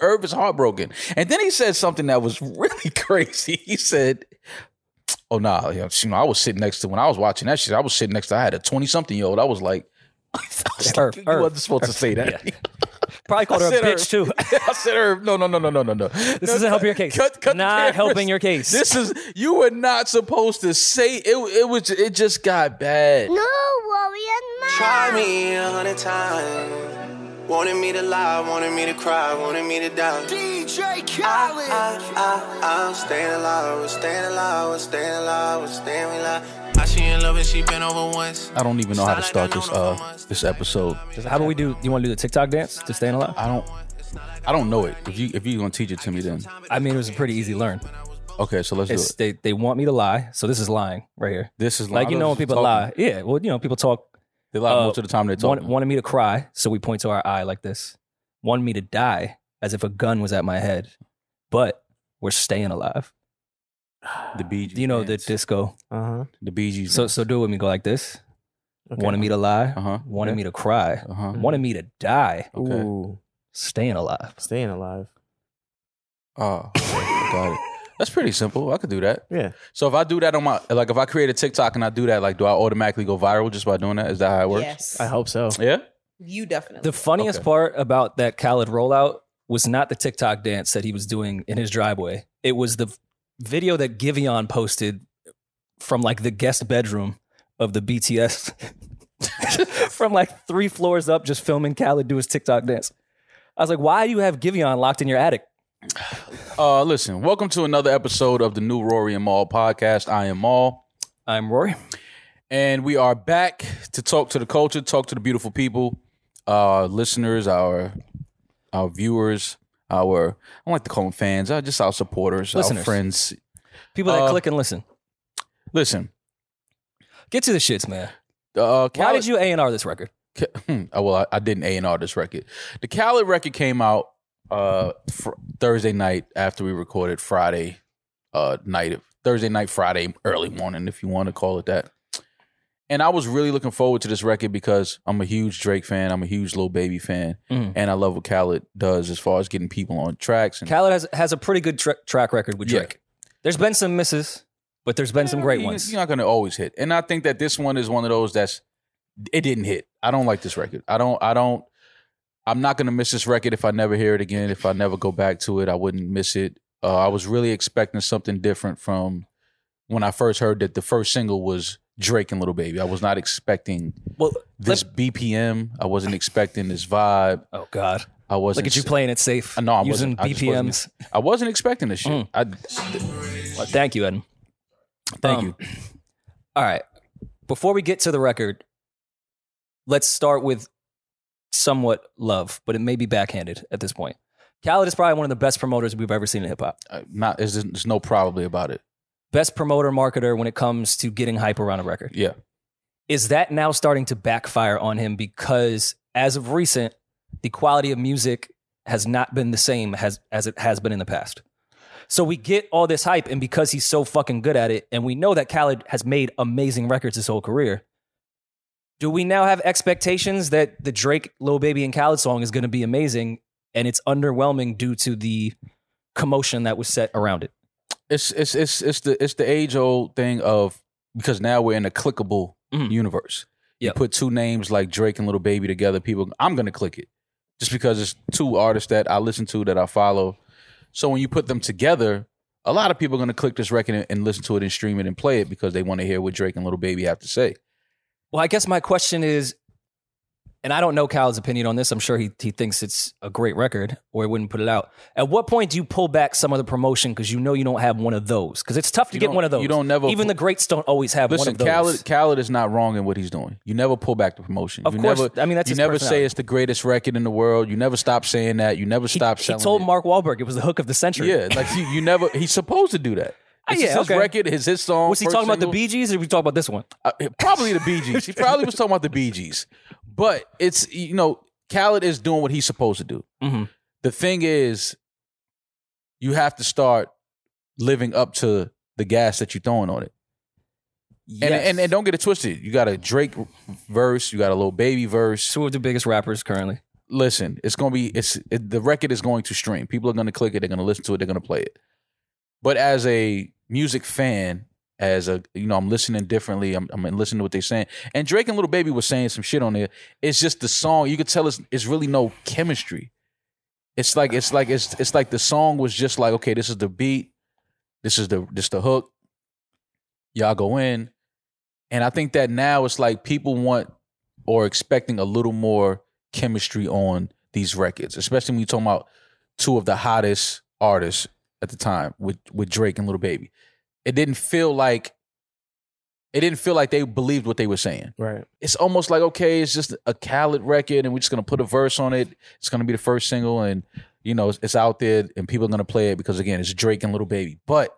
Irv is heartbroken. And then he said something that was really crazy. He said, "Oh nah, yeah, you know, I was sitting next to when I was watching that shit. I was sitting next to I had a twenty something year old. I was like." I was like, Irv, you Irv, wasn't supposed to say that. Probably called her a said her. bitch too. I said, Irv, no, no, no, no, no, no, no. This isn't helping your case. Cut, cut the Not cameras. helping your case. This is you were not supposed to say it. It was it just got bad. No worry and Try me a hundred times. Wanted me to lie, wanted me to cry, wanted me to die. DJ I, Khaled. I, I, I'm staying alive, we're staying alive, we're staying alive, we're staying alive. Now she in love and she been over once. I don't even know how to start this uh this episode. Just How do we do? You want to do the TikTok dance to staying alive? I don't I don't know it. If you if you're gonna teach it to me then. I mean, it was a pretty easy learn. Okay, so let's It's do it. they, they want me to lie, so this is lying right here. This is Like you know when people lie, yeah. Well, you know people talk. They lie uh, most of the time they talk. want, wanted me to cry, so we point to our eye like this. Wanted me to die as if a gun was at my head, but we're staying alive. the Bee Gees You know the dance. disco. Uh-huh. the Bee Gees. So so do it with me. Go like this. Okay. Wanted me to lie. Uh-huh. Wanted Yeah. me to cry. uh-huh. Wanted me to die. Okay. Ooh, Staying alive. staying alive. Oh, got it. That's pretty simple. I could do that. Yeah. So if I do that on my like if I create a TikTok and I do that, like do I automatically go viral just by doing that? Is that how it works? Yes. I hope so. Yeah. You definitely. The funniest Okay. part about that Khaled rollout was not the TikTok dance that he was doing in his driveway. It was the video that Giveon posted from like the guest bedroom of the BTS from like three floors up, just filming Khaled do his TikTok dance. I was like, why do you have Giveon locked in your attic? Uh listen, welcome to another episode of the new Rory and Maul podcast. I am Maul. I'm Rory. And we are back to talk to the culture, talk to the beautiful people, uh, listeners, our our viewers, our I don't like to call them fans, uh, just our supporters, our Listeners. friends. People that Uh, click and listen. Listen, Get to the shits, man. uh, Why Khaled- did you A&R this record? Ca- hmm, oh, well, I, I didn't A and R this record. The Khaled record came out uh, fr- Thursday night after we recorded Friday uh, night, Thursday night, Friday early morning, if you want to call it that. And I was really looking forward to this record because I'm a huge Drake fan. I'm a huge Lil Baby fan, Mhm. and I love what Khaled does as far as getting people on tracks. And Khaled has, has a pretty good tra- track record with Yeah. Drake. There's been some misses, but there's been some Yeah, great you- ones. You're not going to always hit, and I think that this one is one of those that's it didn't hit. I don't like this record. I don't. I don't. I'm not going to miss this record if I never hear it again. If I never go back to it, I wouldn't miss it. Uh, I was really expecting something different from when I first heard that the first single was Drake and Little Baby. I was not expecting Well, this BPM. I wasn't expecting this vibe. oh God. I wasn't. Uh, Look at you playing it safe. I know, I using wasn't. I just wasn't. BPMs. I wasn't expecting this shit. Mm. I, Well, thank you, Eden. thank Um, you. All right. Before we get to the record, let's start with somewhat love, but it may be backhanded at this point. Khaled is probably one of the best promoters we've ever seen in hip hop. Uh, Not. There's, there's no probably about it. Best promoter marketer when it comes to getting hype around a record. Yeah. Is that now starting to backfire on him because as of recent, the quality of music has not been the same as, as it has been in the past? So we get all this hype, and because he's so fucking good at it, and we know that Khaled has made amazing records his whole career, do we now have expectations that the Drake, Lil Baby, and Khaled song is going to be amazing, and it's underwhelming due to the commotion that was set around it? it's it's it's it's the it's the age old thing of because now we're in a clickable Mhm. universe. You Yep. put two names like Drake and Little Baby together, people I'm gonna click it. Just because it's two artists that I listen to that I follow. So when you put them together, a lot of people are gonna click this record and, and listen to it and stream it and play it because they wanna hear what Drake and Little Baby have to say. Well, I guess my question is, and I don't know Kyle's opinion on this. I'm sure he, he thinks it's a great record or he wouldn't put it out. At what point do you pull back some of the promotion because you know you don't have one of those? Because it's tough to You get don't- one of those. you don't never- Even the greats don't always have one Listen, of those. Khaled, Khaled is not wrong in what he's doing. You never pull back the promotion. Of you course, never, I mean, that's you his never personality. say it's the greatest record in the world. You never stop saying that. You never he, stop he selling. told it. Mark Wahlberg it was the hook of the century. Yeah, like you, you never. He's supposed to do that. Ah, This yeah, is his okay. record. Is his song? Was he first talking about the single. Bee Gees or we talking about this one? Uh, probably the Bee Gees. He probably was talking about the Bee Gees. But it's you know, Khaled is doing what he's supposed to do. Mhm. The thing is, you have to start living up to the gas that you're throwing on it. And, and and don't get it twisted. You got a Drake verse. You got a little baby verse. two of the biggest rappers currently. listen, it's gonna be it's it, the record is going to stream. People are gonna click it. They're gonna listen to it. They're gonna play it. But as a music fan, as a you know, I'm listening differently. I'm, I'm listening to what they're saying. And Drake and Little Baby was saying some shit on there. It's just the song. You could tell it's it's really no chemistry. It's like it's like it's it's like the song was just like okay, this is the beat, this is the this the hook. Y'all go in, and I think that now it's like people want or expecting a little more chemistry on these records, especially when you're talking about two of the hottest artists at the time with with Drake and Little Baby. It didn't feel like it didn't feel like they believed what they were saying. Right. It's almost like okay, it's just a Khaled record, and we're just gonna put a verse on it. It's gonna be the first single, and you know it's, it's out there, and people are gonna play it because again, it's Drake and Little Baby. But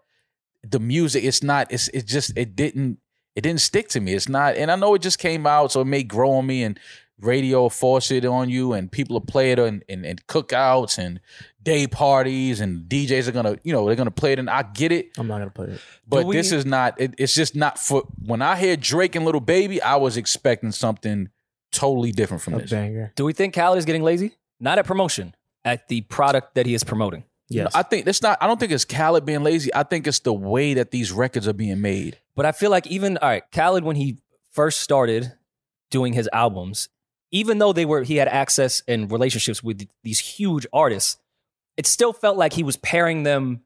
the music, it's not. It's it just it didn't it didn't stick to me. It's not, and I know it just came out, so it may grow on me and radio force it on you and people will play it on and, and cookouts and day parties and DJs are gonna, you know, they're gonna play it and I get it. I'm not gonna play it. But we- this is not it, it's just not for when I hear Drake and Little Baby, I was expecting something totally different from A this. banger. Do we think Khaled is getting lazy? Not at promotion, at the product that he is promoting. Yes. I think it's not I don't think it's Khaled being lazy. I think it's the way that these records are being made. But I feel like even all right, Khaled when he first started doing his albums, even though they were he had access and relationships with these huge artists, it still felt like he was pairing them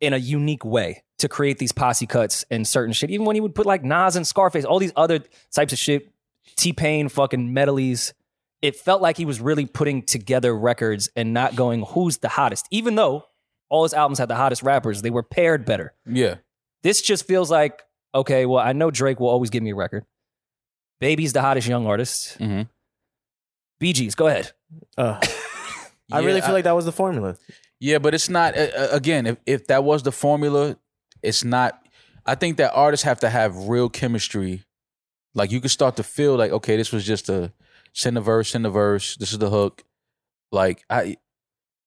in a unique way to create these posse cuts and certain shit. Even when he would put like Nas and Scarface, all these other types of shit, T Pain, fucking medleys. It felt like he was really putting together records and not going who's the hottest. Even though all his albums had the hottest rappers, they were paired better Yeah. this just feels like okay well i know drake will always give me a record baby's the hottest young artist Mhm. bg's go ahead Uh, I really Yeah, feel like that was the formula. Yeah, but it's not. Uh, uh, again, if if that was the formula, it's not. I think that artists have to have real chemistry. Like you can start to feel like, okay, this was just a send a verse, send a verse. This is the hook. Like I,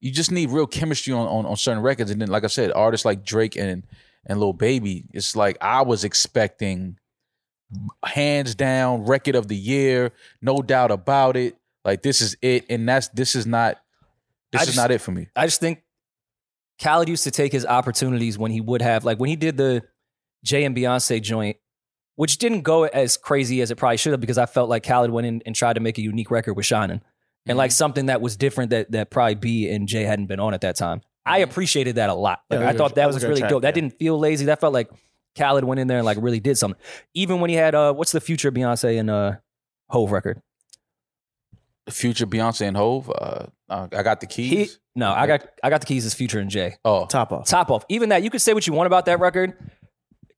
you just need real chemistry on on, on certain records. And then, like I said, artists like Drake and and Lil Baby, it's like I was expecting hands down record of the year, no doubt about it. Like this is it, and that's this is not. This I is just- not it for me. i just think khaled used to take his opportunities when he would have like when he did the jay and beyonce joint which didn't go as crazy as it probably should have because i felt like khaled went in and tried to make a unique record with shining and Mm-hmm. like something that was different that that probably b and jay hadn't been on at that time i appreciated that a lot like, Mm-hmm. Yeah, i thought that that was was a good really track, dope that yeah. didn't feel lazy that felt like Khaled went in there and like really did something. Even when he had uh what's the future Beyonce and uh Hove record? Future, Beyonce, and Hove. Uh, uh, I got the keys. He no, I got I got the keys as future and Jay. oh, Top off. Top off. Even that, you could say what you want about that record.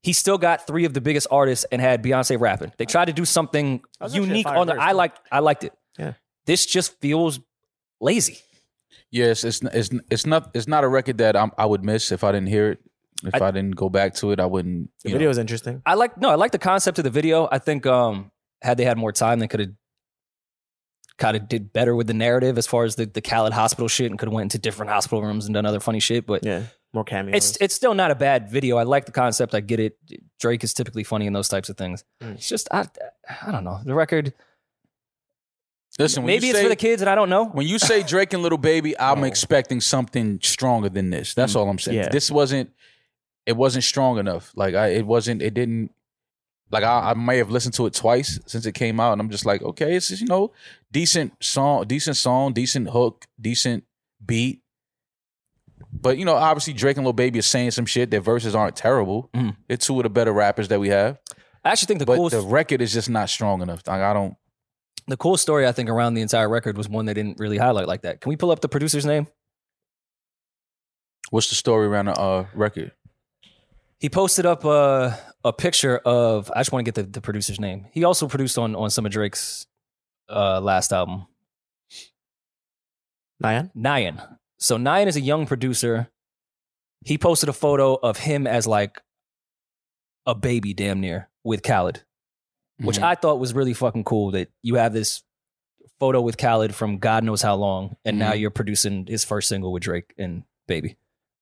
He still got three of the biggest artists and had Beyonce rapping. They tried to do something That was actually a unique fire on the verse, I too. liked I liked it. Yeah. This just feels lazy. yes, it's it's it's not it's not a record that I'm, I would miss if I didn't hear it. If I, I- didn't go back to it, I wouldn't. The you video know. is interesting. I like no, I like the concept of the video. I think um had they had more time, they could have kind of did better with the narrative as far as the the Khaled hospital shit and could have went into different hospital rooms and done other funny shit. But Yeah. More cameos. it's it's still not a bad video. I like the concept. I get it. Drake is typically funny in those types of things. Mm. It's just I I don't know the record. Listen, when Maybe you it's say, for the kids and I don't know. When you say Drake and Little Baby, I'm Oh. expecting something stronger than this. That's all I'm saying. Yeah. This wasn't. It wasn't strong enough. Like I, it wasn't. It didn't. Like I, I may have listened to it twice since it came out, and I'm just like, okay, it's just, you know, decent song, decent song, decent hook, decent beat. But you know, obviously Drake and Lil Baby are saying some shit. Their verses aren't terrible. Mhm. They're two of the better rappers that we have. I actually think the but coolest the record is just not strong enough. Like I don't. the cool story I think around the entire record was one they didn't really highlight like that. Can we pull up the producer's name? What's the story around the uh, record? He posted up a a picture of I just want to get the, the producer's name. He also produced on on some of Drake's uh, last album, Nyan? Nyan. So Nyan is a young producer. He posted a photo of him as like a baby, damn near, with Khaled, which Mhm. I thought was really fucking cool. That you have this photo with Khaled from God knows how long, and now Mhm. you're producing his first single with Drake and Baby.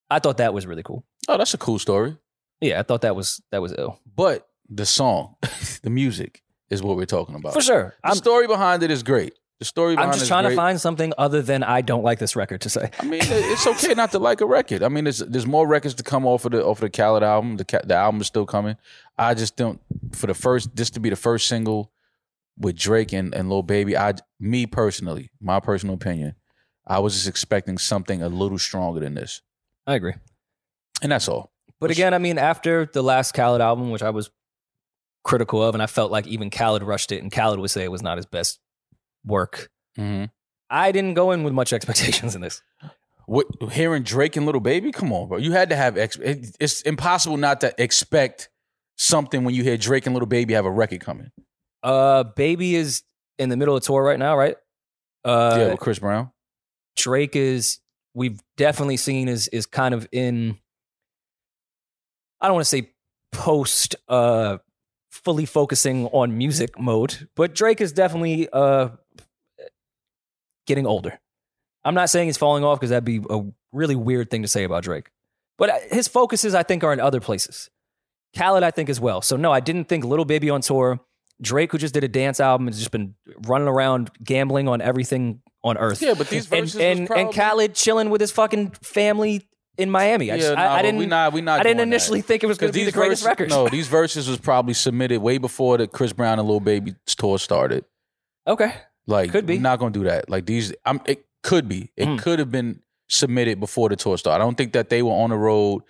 I thought that was really cool. oh, that's a cool story. Yeah, I thought that was that was ill But the song, the music is what we're talking about. for sure. The I'm story behind it is great. The story behind I'm just is trying great. to find something other than I don't like this record to say. I mean, it- it's okay not to like a record. I mean, there's there's more records to come off of the off of the Khaled album. The Ka- the album is still coming. I just don't for the first this to be the first single with Drake and and Lil Baby. I me personally, my personal opinion, I was just expecting something a little stronger than this, I agree. and that's all. But Which- again, I mean, after the last Khaled album, which I was critical of, and I felt like even Khaled rushed it, and Khaled would say it was not his best work. Mm-hmm. I didn't go in with much expectations in this. What hearing Drake and Little Baby? Come on, bro. You had to have ex- it, it's impossible not to expect something when you hear Drake and Little Baby have a record coming. Uh, Baby is in the middle of tour right now, right? Uh, yeah, with Chris Brown. Drake is we've definitely seen is is kind of in I don't want to say post uh fully focusing on music mode, but Drake is definitely uh getting older. I'm not saying he's falling off because that'd be a really weird thing to say about Drake. But uh, his focuses I think are in other places. Khaled I think as well. So no, I didn't think Little Baby on tour, Drake who just did a dance album has just been running around gambling on everything on earth Yeah, but these and verses and, and Khaled chilling with his fucking family in Miami. I, just, I- nah, I, but didn't. We not, we not I didn't doing that. initially think it was going to be the greatest verses, record. No, these verses was probably submitted way before the Chris Brown and Lil Baby tour started. Okay. Like, Could be. we're not gonna do that. Like these, I'm. It could be. It Mm. could have been submitted before the tour started. I don't think that they were on the road.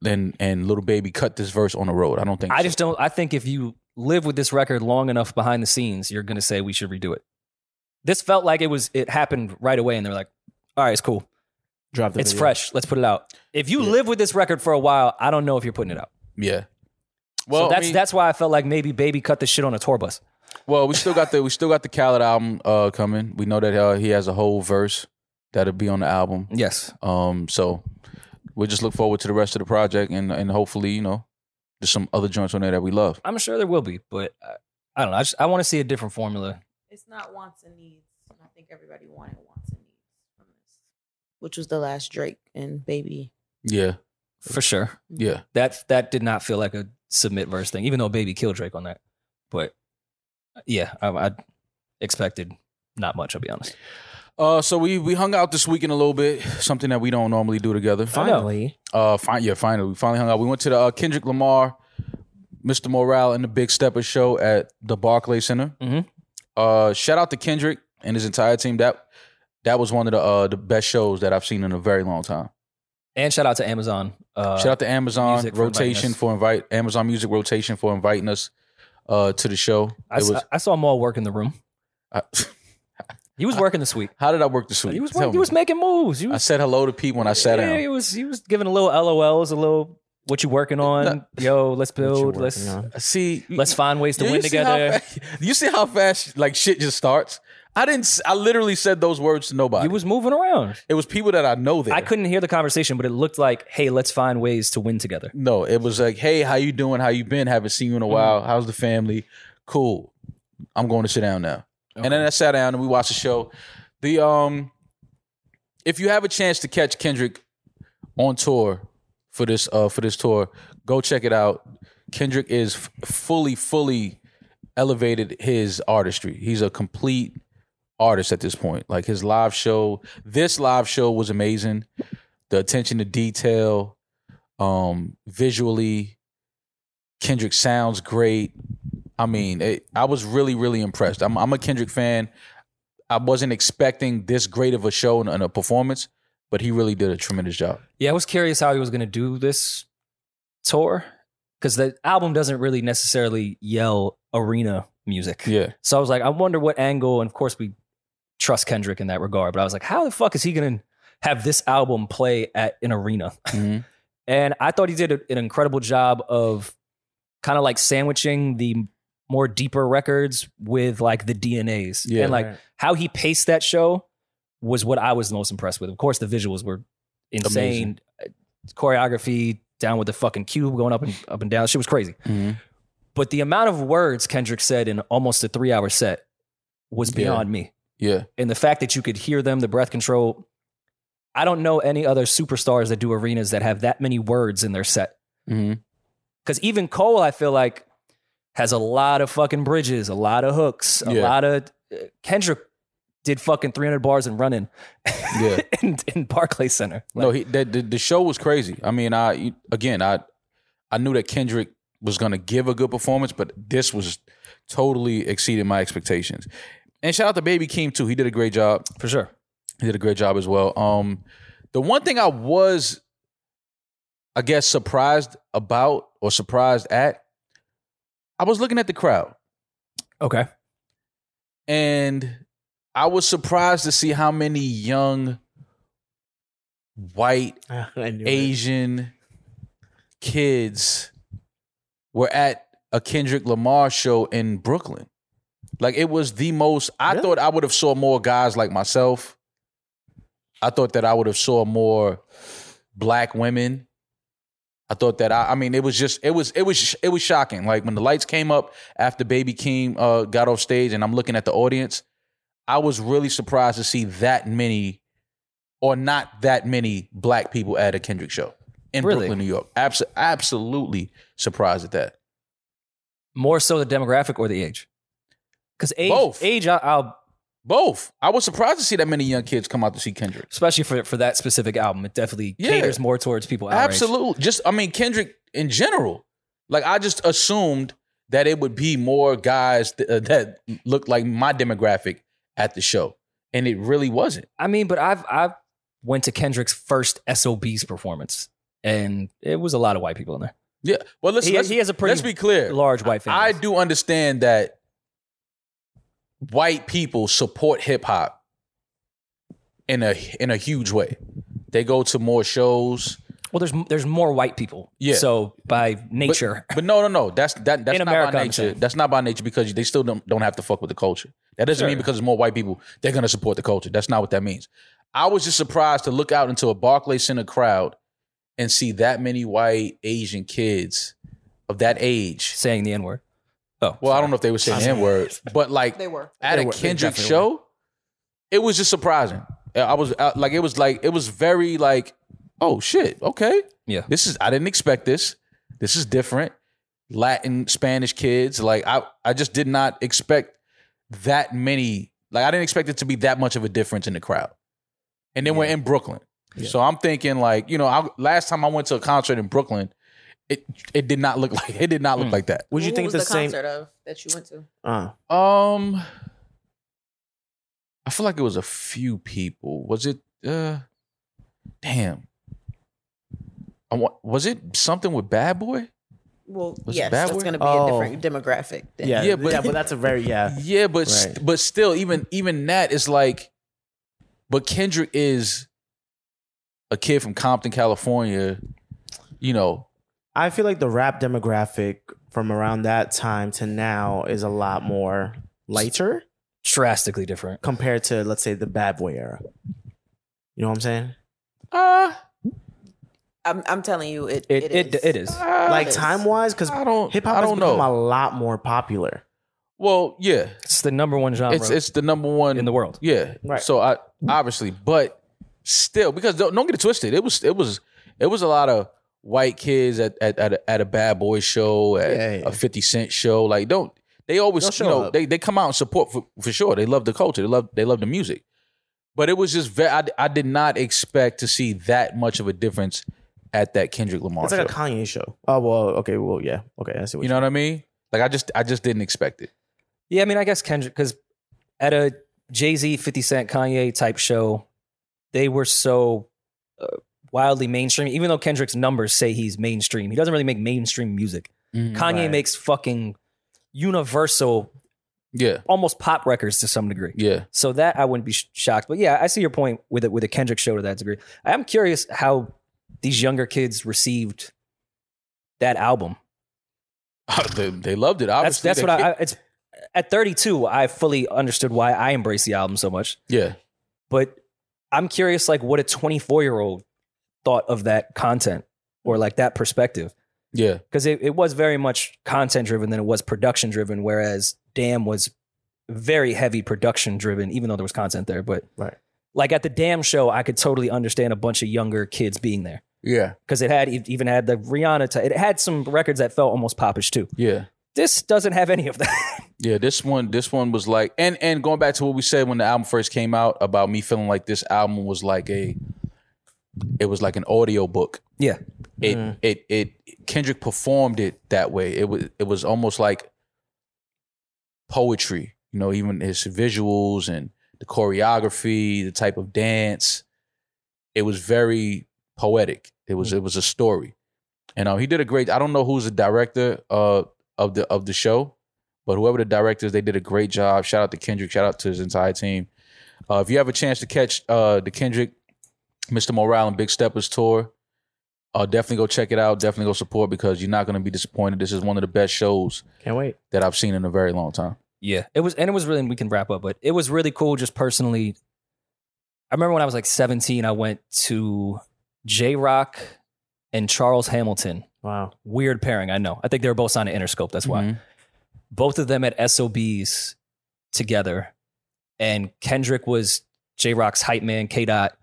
Then and Little Baby cut this verse on the road. I don't think. I so. just don't. I think if you live with this record long enough behind the scenes, you're going to say we should redo it. This felt like it was. It happened right away, and they're like, "All right, it's cool. Drop the It's video. fresh. Let's put it out." If you Yeah. live with this record for a while, I don't know if you're putting it out. Yeah. Well, Well, I that's mean- that's why I felt like maybe Baby cut this shit on a tour bus. Well, we still got the we still got the Khaled album uh, coming. We know that uh, he has a whole verse that'll be on the album. Yes. Um, so we just look forward to the rest of the project and and hopefully you know there's some other joints on there that we love. I'm sure there will be, but uh, I don't know. I, just, I want to see a different formula. It's not wants and needs. And I think everybody wanted wants and needs from this. Which was the last Drake and Baby. Yeah, For sure. yeah. that that did not feel like a submit verse thing, even though Baby killed Drake on that. But yeah, I, I expected not much. I'll be honest. Uh, so we we hung out this weekend a little bit, something that we don't normally do together. Finally, Uh, fine, yeah, finally we finally hung out. We went to the uh, Kendrick Lamar, Mr. Morale, and the Big Stepper show at the Barclay Center. Mhm. Uh, shout out to Kendrick and his entire team. That that was one of the uh, the best shows that I've seen in a very long time. And shout out to Amazon. Uh, Shout out to Amazon Music for inviting Rotation us. for invite Amazon Music Rotation for inviting us uh, to the show. I, it s- was I saw Maul work in the room. I, He was working this week. how did I work this week? He was Tell working, he me. was making moves. He I was, said hello to Pete when I sat yeah, down. He was he was giving a little LOLs, a little what you working on? No. Yo, let's what you build. working Let's on? See, let's find ways to Yeah, win see how together. fa- you see how fast like shit just starts? I didn't. s- I literally said those words to nobody. He was moving around. it was people that I know there. I couldn't hear the conversation, but it looked like, hey, let's find ways to win together. No, it was like, hey, how you doing? How you been? Haven't seen you in a while. How's the family? Cool. I'm going to sit down now. And then I sat down and we watched the show. The um, if you have a chance to catch Kendrick on tour for this uh for this tour, go check it out. Kendrick is f- fully fully elevated his artistry. He's a complete artist at this point. Like his live show, this live show was amazing. The attention to detail, um, visually, Kendrick sounds great. I mean, it, I was really, really impressed. I'm, I'm a Kendrick fan. I wasn't expecting this great of a show and, and a performance, but he really did a tremendous job. Yeah, I was curious how he was going to do this tour because the album doesn't really necessarily yell arena music. Yeah, So I was like, I wonder what angle, and of course, we trust Kendrick in that regard, but I was like, how the fuck is he going to have this album play at an arena? Mhm. And I thought he did a- an incredible job of kind of like sandwiching the more deeper records with like the DNAs. Yeah. and like Right. how he paced that show was what I was the most impressed with. Of course, the visuals were insane. Uh, Choreography down with the fucking cube going up and up and down. Shit was crazy. Mm-hmm. But the amount of words Kendrick said in almost a three hour set was Yeah. beyond me. yeah, And the fact that you could hear them, the breath control. I don't know any other superstars that do arenas that have that many words in their set. Mm-hmm. Because even Cole, I feel like, has a lot of fucking bridges, a lot of hooks, a Yeah. lot of Kendrick did fucking 300 bars and running Yeah. in, in Barclay Center. no, he, the, the the show was crazy. I mean, I again, I I knew that Kendrick was going to give a good performance, but this was totally exceeded my expectations. And shout out to Baby Keem too. He did a great job. for sure. He did a great job as well. Um, the one thing I was, I guess, surprised about or surprised at, I was looking at the crowd Okay. and I was surprised to see how many young white I knew it. Asian kids were at a Kendrick Lamar show in Brooklyn. Like it was the most. I Really? thought I would have saw more guys like myself. I thought that I would have saw more black women. I thought that I. I mean, it was just it was it was it was shocking. Like when the lights came up after Baby Keem uh, got off stage, and I'm looking at the audience, I was really surprised to see that many, or not that many, black people at a Kendrick show in Really? Brooklyn, New York. Abs- absolutely surprised at that. More so the demographic or the age? Because age, Both. age, I- I'll Both. I was surprised to see that many young kids come out to see Kendrick. especially for for that specific album, it definitely Yeah. caters more towards people. Our age. Absolutely. Just I mean Kendrick in general. Like I just assumed that it would be more guys th- uh, that looked like my demographic at the show, and it really wasn't. I mean, but I've I've went to Kendrick's first SOB's performance, and it was a lot of white people in there. Yeah. Well, listen. He- let's, he has a pretty Let's be clear. Large white fans. I do understand that white people support hip hop in a in a huge way. They go to more shows. well, there's there's more white people. Yeah. So by nature, But no, no, no. That's that. That's In not America, by I'm nature. saying. That's not by nature because they still don't, don't have to fuck with the culture. That doesn't Sure. mean because there's more white people they're gonna support the culture. That's not what that means. I was just surprised to look out into a Barclay Center crowd and see that many white Asian kids of that age. saying the N word. Oh, Well, I don't know if they were saying N words, but like They were. at They a were- they Kendrick definitely show, it was just surprising. Uh, I was uh, like, it was like, it was very like, oh shit, okay, Yeah. this is I didn't expect this. This is different. Latin, Spanish kids, like I, I just did not expect that many. Like I didn't expect it to be that much of a difference in the crowd. And then we're in Brooklyn, so I'm thinking like, you know, I, last time I went to a concert in Brooklyn, it it did not look like it did not look Hmm. like that. Would you Who think was the, same? concert of that you went to? Uh, Um, I feel like it was a few people. Was it? uh Damn. I want, was it something with Bad Boy? Well, Was it yes, Bad that's Boy? going to be Oh. a different demographic. Then. yeah, Yeah, yeah, but- but, that's a very yeah. Yeah, but st- Right. but still, even even that is like, but Kendrick is a kid from Compton, California. You know, I feel like the rap demographic from around that time to now is a lot more lighter drastically different. compared to let's say the Bad Boy era. You know what I'm saying? uh, I'm, I'm telling you, it It it it is. uh, Like is. time wise, because I don't, hip hop I has don't become a know. lot more popular. Well, yeah, It's the number one genre it's it's the number one in the world. Yeah. Right. So I obviously, but still, because don't, don't get it twisted. It was it was it was a lot of white kids at at at a, at a bad boy show, at Yeah, yeah. a Fifty Cent show. Like don't they always They'll show you know up. they they come out and support for, for sure. They love the culture. They love they love the music. But it was just ve- I I did not expect to see that much of a difference at that Kendrick Lamar It's show. like a Kanye show. Oh well, okay, well yeah, okay, I see what you know what I mean? Like I just I just didn't expect it. Yeah, I mean, I guess Kendrick, because at a Jay Z, 50 Cent, Kanye type show, they were so uh, wildly mainstream. Even though Kendrick's numbers say he's mainstream, he doesn't really make mainstream music. Mm, Kanye Right. makes fucking universal, Yeah. almost pop records to some degree. Yeah. So that I wouldn't be sh- shocked. But yeah, I see your point with it with a Kendrick show to that degree. I am curious how these younger kids received that album. they, they loved it. Obviously, that's that's They what kid- I, I it's at 32 I fully understood why I embrace the album so much. yeah. but I'm curious, like, what a 24 year old thought of that content or like that perspective. Yeah. Because it, it was very much content driven than it was production driven, whereas Damn was very heavy production driven, even though there was content there. But Right. like at the Damn show, I could totally understand a bunch of younger kids being there Yeah. because it had it even had the Rihanna, t- it had some records that felt almost popish too. Yeah. This doesn't have any of that. Yeah, this one, this one was like, and and going back to what we said when the album first came out about me feeling like this album was like a, it was like an audio book. Yeah. It Mm. it it Kendrick performed it that way. It was it was almost like poetry. You know, even his visuals and the choreography, the type of dance, it was very poetic. It was it was a story, and um, he did a great. I don't know who's the director uh of the of the show, but whoever the director is, they did a great job. Shout out to Kendrick. Shout out to his entire team. Uh, if you have a chance to catch uh the Kendrick, Mr. Morale and Big Steppers tour, uh definitely go check it out. Definitely go support because you're not going to be disappointed. This is one of the best shows Can't wait. that I've seen in a very long time. Yeah, it was, and it was really. We can wrap up, but it was really cool. Just personally, I remember when I was like 17, I went to J Rock and Charles Hamilton. Wow. Weird pairing, I know. I think they were both signed to Interscope. That's why Mhm. both of them at SOBs together, and Kendrick was J Rock's hype man. K Dot,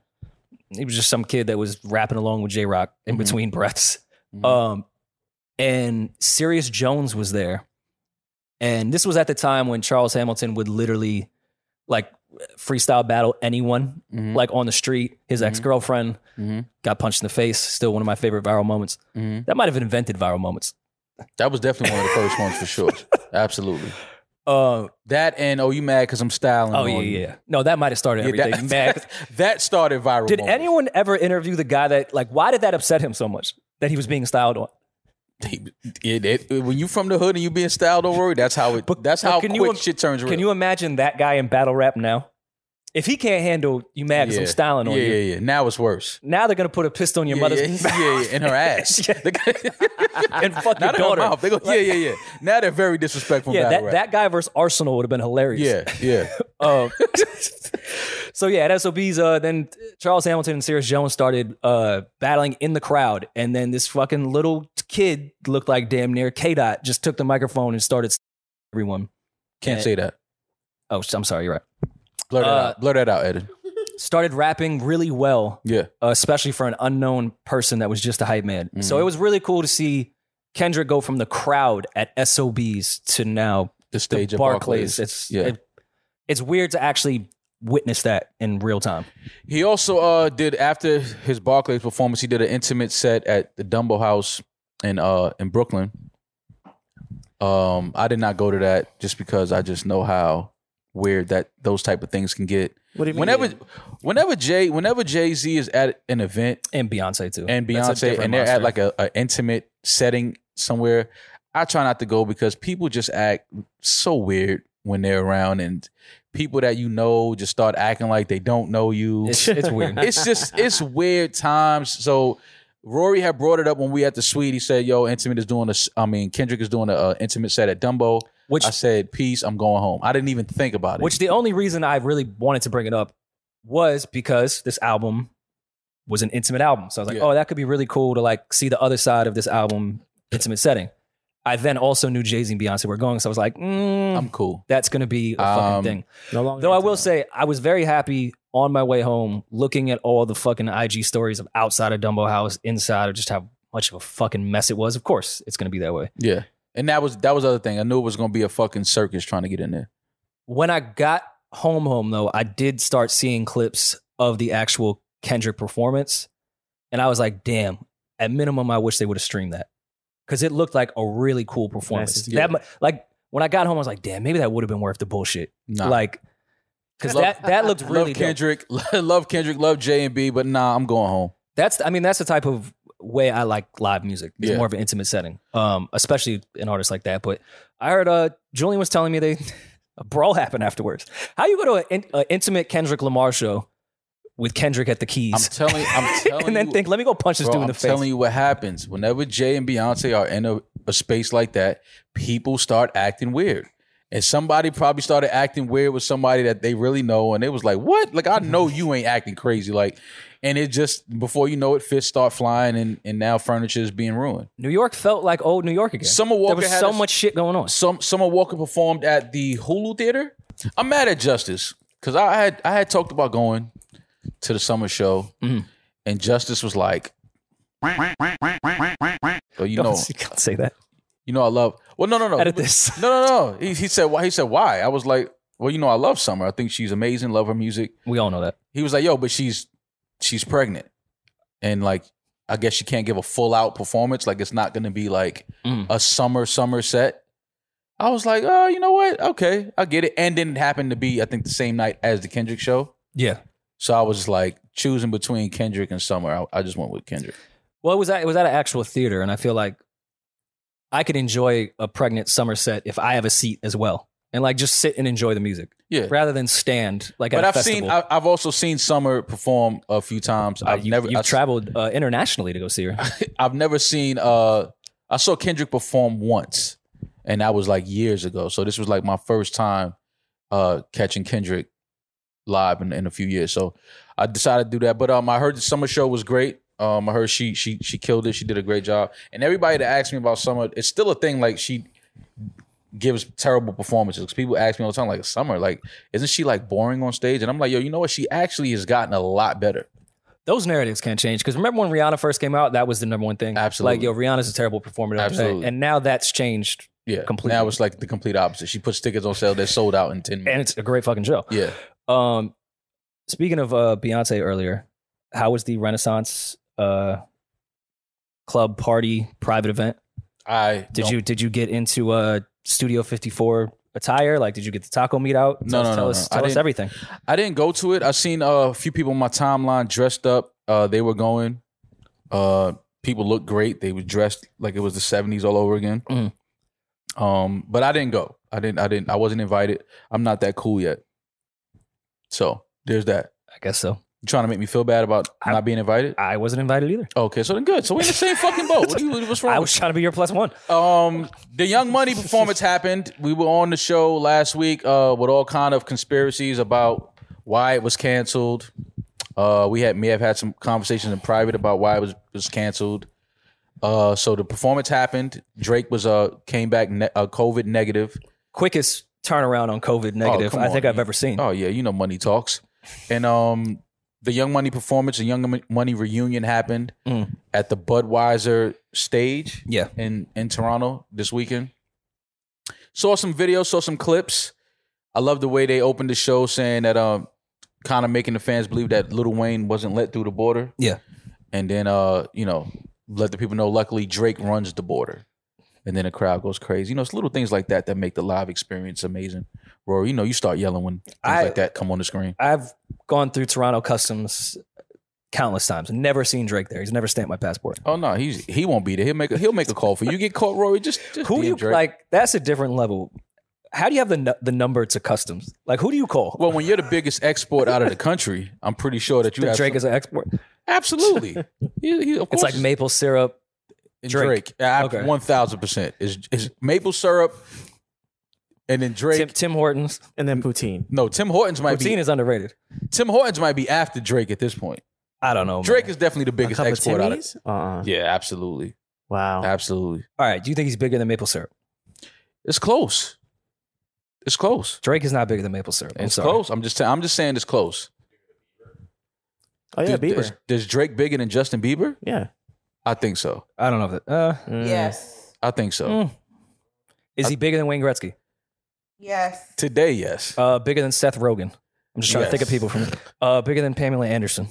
he was just some kid that was rapping along with J Rock in Mhm. between breaths. Mhm. Um, and Sirius Jones was there. And this was at the time when Charles Hamilton would literally like freestyle battle anyone, Mhm. like on the street. His Mhm. ex girlfriend Mhm. got punched in the face. Still one of my favorite viral moments. Mhm. That might have invented viral moments. That was definitely one of the first ones for sure. Absolutely. Uh, That and oh, you mad because I'm styling. oh, on yeah, you. yeah. yeah. No, that might have started Yeah, everything. that, Mad- that, that started viral. did moments. anyone ever interview the guy that, like, why did that upset him so much that he was being styled on? It- it- when you from the hood and you being styled on Rory, that's how it. But- that's but how can quick you im- shit turns. Can real. you imagine that guy in battle rap now? If he can't handle you mad because Yeah. I'm styling on yeah, you, yeah, yeah. Now it's worse. Now they're gonna put a pistol in your yeah, mother's yeah, yeah, yeah, in her ass. Yeah. and fuck your Not in her daughter. mouth. They go, yeah, yeah, yeah. Now they're very disrespectful. yeah, battle that, rap. that guy versus Arsenal would have been hilarious. Yeah, yeah. Yeah. Um, so yeah, at SOBs, uh, then Charles Hamilton and Sirius Jones started uh, battling in the crowd, and then this fucking little kid looked like damn near K Dot just took the microphone and started s- everyone. Can't say that. Oh, sh- I'm sorry, you're right. Blur that Uh, out. Blur that out, Eden. Started rapping really well. Yeah. uh, especially for an unknown person that was just a hype man. So Mhm. it was really cool to see Kendrick go from the crowd at SOBs to now The the stage of Barclays. Barclays. It's Yeah. it- it's weird to actually witness that in real time. He also uh, did after his Barclays performance, he did an intimate set at the Dumbo House in uh, in Brooklyn. Um, I did not go to that just because I just know how weird that those type of things can get. What do you mean? Whenever, whenever Jay, whenever Jay Z is at an event And Beyonce too. and That's a Beyonce, different and they're at monster. like a, a intimate setting somewhere, I try not to go because people just act so weird when they're around, and people that you know just start acting like they don't know you it's, it's weird. it's just it's weird times. So Rory had brought it up when we at the suite. He said, "Yo, intimate is doing a. s- I mean, Kendrick is doing a uh, intimate set at Dumbo." Which I said, "Peace, I'm going home." I didn't even think about it. which the only reason I really wanted to bring it up was because this album was an intimate album. So I was like, Yeah. oh, that could be really cool to like see the other side of this album intimate setting. I then also knew Jay Z and Beyonce were going, so I was like, mm, I'm cool. that's going to be a Um, fucking thing. No longer. Though I will intimate. say, I was very happy on my way home looking at all the fucking IG stories of outside of Dumbo House, inside of just how much of a fucking mess it was. Of course, it's going to be that way. Yeah, and that was that was the other thing. I knew it was gonna be a fucking circus trying to get in there. When I got home, home though, I did start seeing clips of the actual Kendrick performance, and I was like, damn. At minimum, I wish they would have streamed that because it looked like a really cool performance. Nice. Yeah. That mu- like when I got home, I was like, damn, maybe that would have been worth the bullshit. Nah. Like, because Love- that that looked love really dope. Kendrick, love Kendrick, love J and B, but nah, I'm going home. That's I mean that's the type of way I like live music. It's Yeah. more of an intimate setting, um, especially an artist like that. But I heard uh, Julian was telling me they a brawl happened afterwards. How you go to an a intimate Kendrick Lamar show with Kendrick at the I'm keys, telling, I'm telling and then you, think, let me go punch this Bro, dude in I'm the face. telling you what happens whenever Jay and Beyonce are in a, a space like that. People start acting weird, and somebody probably started acting weird with somebody that they really know, and it was like, "What? Like I know you ain't acting crazy." Like, and it just before you know it, fists start flying, and and now furniture is being ruined. New York felt like old New York again. Summer there Walker was had so a- much shit going on. Some Summer Walker performed at the Hulu Theater. I'm mad at Justice because I had I had talked about going to the summer show, Mhm. and Justice was like, "Oh, you know." Don't- can't say that. You know, I love Well, no, no, no. edit this. No, no, no. He, he said why. He said why. I was like, well, you know, I love Summer. I think she's amazing. Love her music. We all know that. He was like, yo, but she's she's pregnant, and like, I guess she can't give a full out performance. Like, it's not going to be like Mm. a summer summer set. I was like, oh, you know what? Okay, I get it. And then it happened to be, I think, the same night as the Kendrick show. Yeah. So I was like choosing between Kendrick and Summer. I, I just went with Kendrick. Well, it was at, it was at an actual theater, and I feel like I could enjoy a pregnant summer set if I have a seat as well, and like just sit and enjoy the music Yeah. rather than stand like at But a I've festival. seen, I, I've also seen Summer perform a few times. Uh, I've you, never, you've I've- traveled uh, internationally to go see her. I've never seen uh I saw Kendrick perform once and that was like years ago. So this was like my first time uh catching Kendrick live in, in a few years. So I decided to do that. But um I heard the summer show was great. Um I heard she she she killed it. She did a great job. And everybody that asked me about summer, it's still a thing like she gives terrible performances. 'Cause People ask me all the time, like summer, like, isn't she like boring on stage? And I'm like, yo, you know what? She actually has gotten a lot better. Those narratives can't change because remember when Rihanna first came out, that was the number one thing. Absolutely. like yo, Rihanna's a terrible performer. Absolutely, Absolutely. and now that's changed, Yeah. Completely. Now it's like the complete opposite. She puts tickets on sale. They're sold out in 10 and minutes. it's a great fucking show. yeah. Um, speaking of uh, Beyonce earlier, how was the Renaissance uh, club party private event? I Did don't- you did you get into uh, Studio Fifty Four attire? Like, did you get the taco meat out? No, no, tell us, no, tell no. us, I tell us didn't- everything. I didn't go to it. I seen uh, a few people on my timeline dressed up. Uh, they were going. Uh, people looked great. They were dressed like it was the seventies all over again. Mhm. Um, but I didn't go. I didn't. I didn't. I wasn't invited. I'm not that cool yet. So there's that. I guess so. You trying to make me feel bad about I- not being invited? I wasn't invited either. okay, so then good. So we're in the same fucking boat. What do you? What's wrong? I with was trying to be your plus one. Um, the Young Money performance happened. We were on the show last week uh, with all kind of conspiracies about why it was canceled. Uh, we had may have had some conversations in private about why it was was canceled. Uh, so the performance happened. Drake was uh came back ne- uh, COVID negative. Quickest turnaround on COVID negative Oh, come I think on, I've you- ever seen. Oh yeah, you know Money talks. And um, the Young Money performance, the Young Money reunion happened Mm. at the Budweiser stage Yeah, in in Toronto this weekend. Saw some videos, saw some clips. I love the way they opened the show saying that um kind of making the fans believe that Lil Wayne wasn't let through the border. Yeah. And then uh, you know, let the people know luckily Drake runs the border. And then the crowd goes crazy. You know, it's little things like that that make the live experience amazing. Rory, you know, you start yelling when things I- like that come on the screen. I've gone through Toronto customs countless times. Never seen Drake there. He's never stamped my passport. Oh no, he's he won't be there. He'll make a, he'll make a call for you. You get caught, Rory. Just, just Who DM do you Drake. like? That's a different level. How do you have the nu- the number to customs? Like, who do you call? Well, when you're the biggest export out of the country, I'm pretty sure that you That have Drake some- is an export. Absolutely. He- he- of course It's like maple syrup. and Drake. Okay. One thousand percent is is maple syrup, and then Drake. Tim, Tim Hortons. And then poutine. no, Tim Hortons might be. Poutine is underrated. Tim Hortons might be after Drake at this point. I don't know. Drake Oh, man. is definitely the A biggest cup of export out of. Timmy's? Uh-uh. Yeah, absolutely, Oh. Wow. absolutely. all right. Do you think he's bigger than maple syrup? It's close. It's close. Drake is not bigger than maple syrup. I'm it's sorry. close. I'm just. i I'm just saying it's close. Oh yeah, Dude, Is, Bieber. is Drake bigger than Justin Bieber? Yeah. I think so. I don't know if that. Uh, Mm. Yes. I think so. Mm. is he bigger than Wayne Gretzky? Yes. Today, yes. Uh, bigger than Seth Rogen? I'm just trying to think of Yes. people from. Uh, bigger than Pamela Anderson.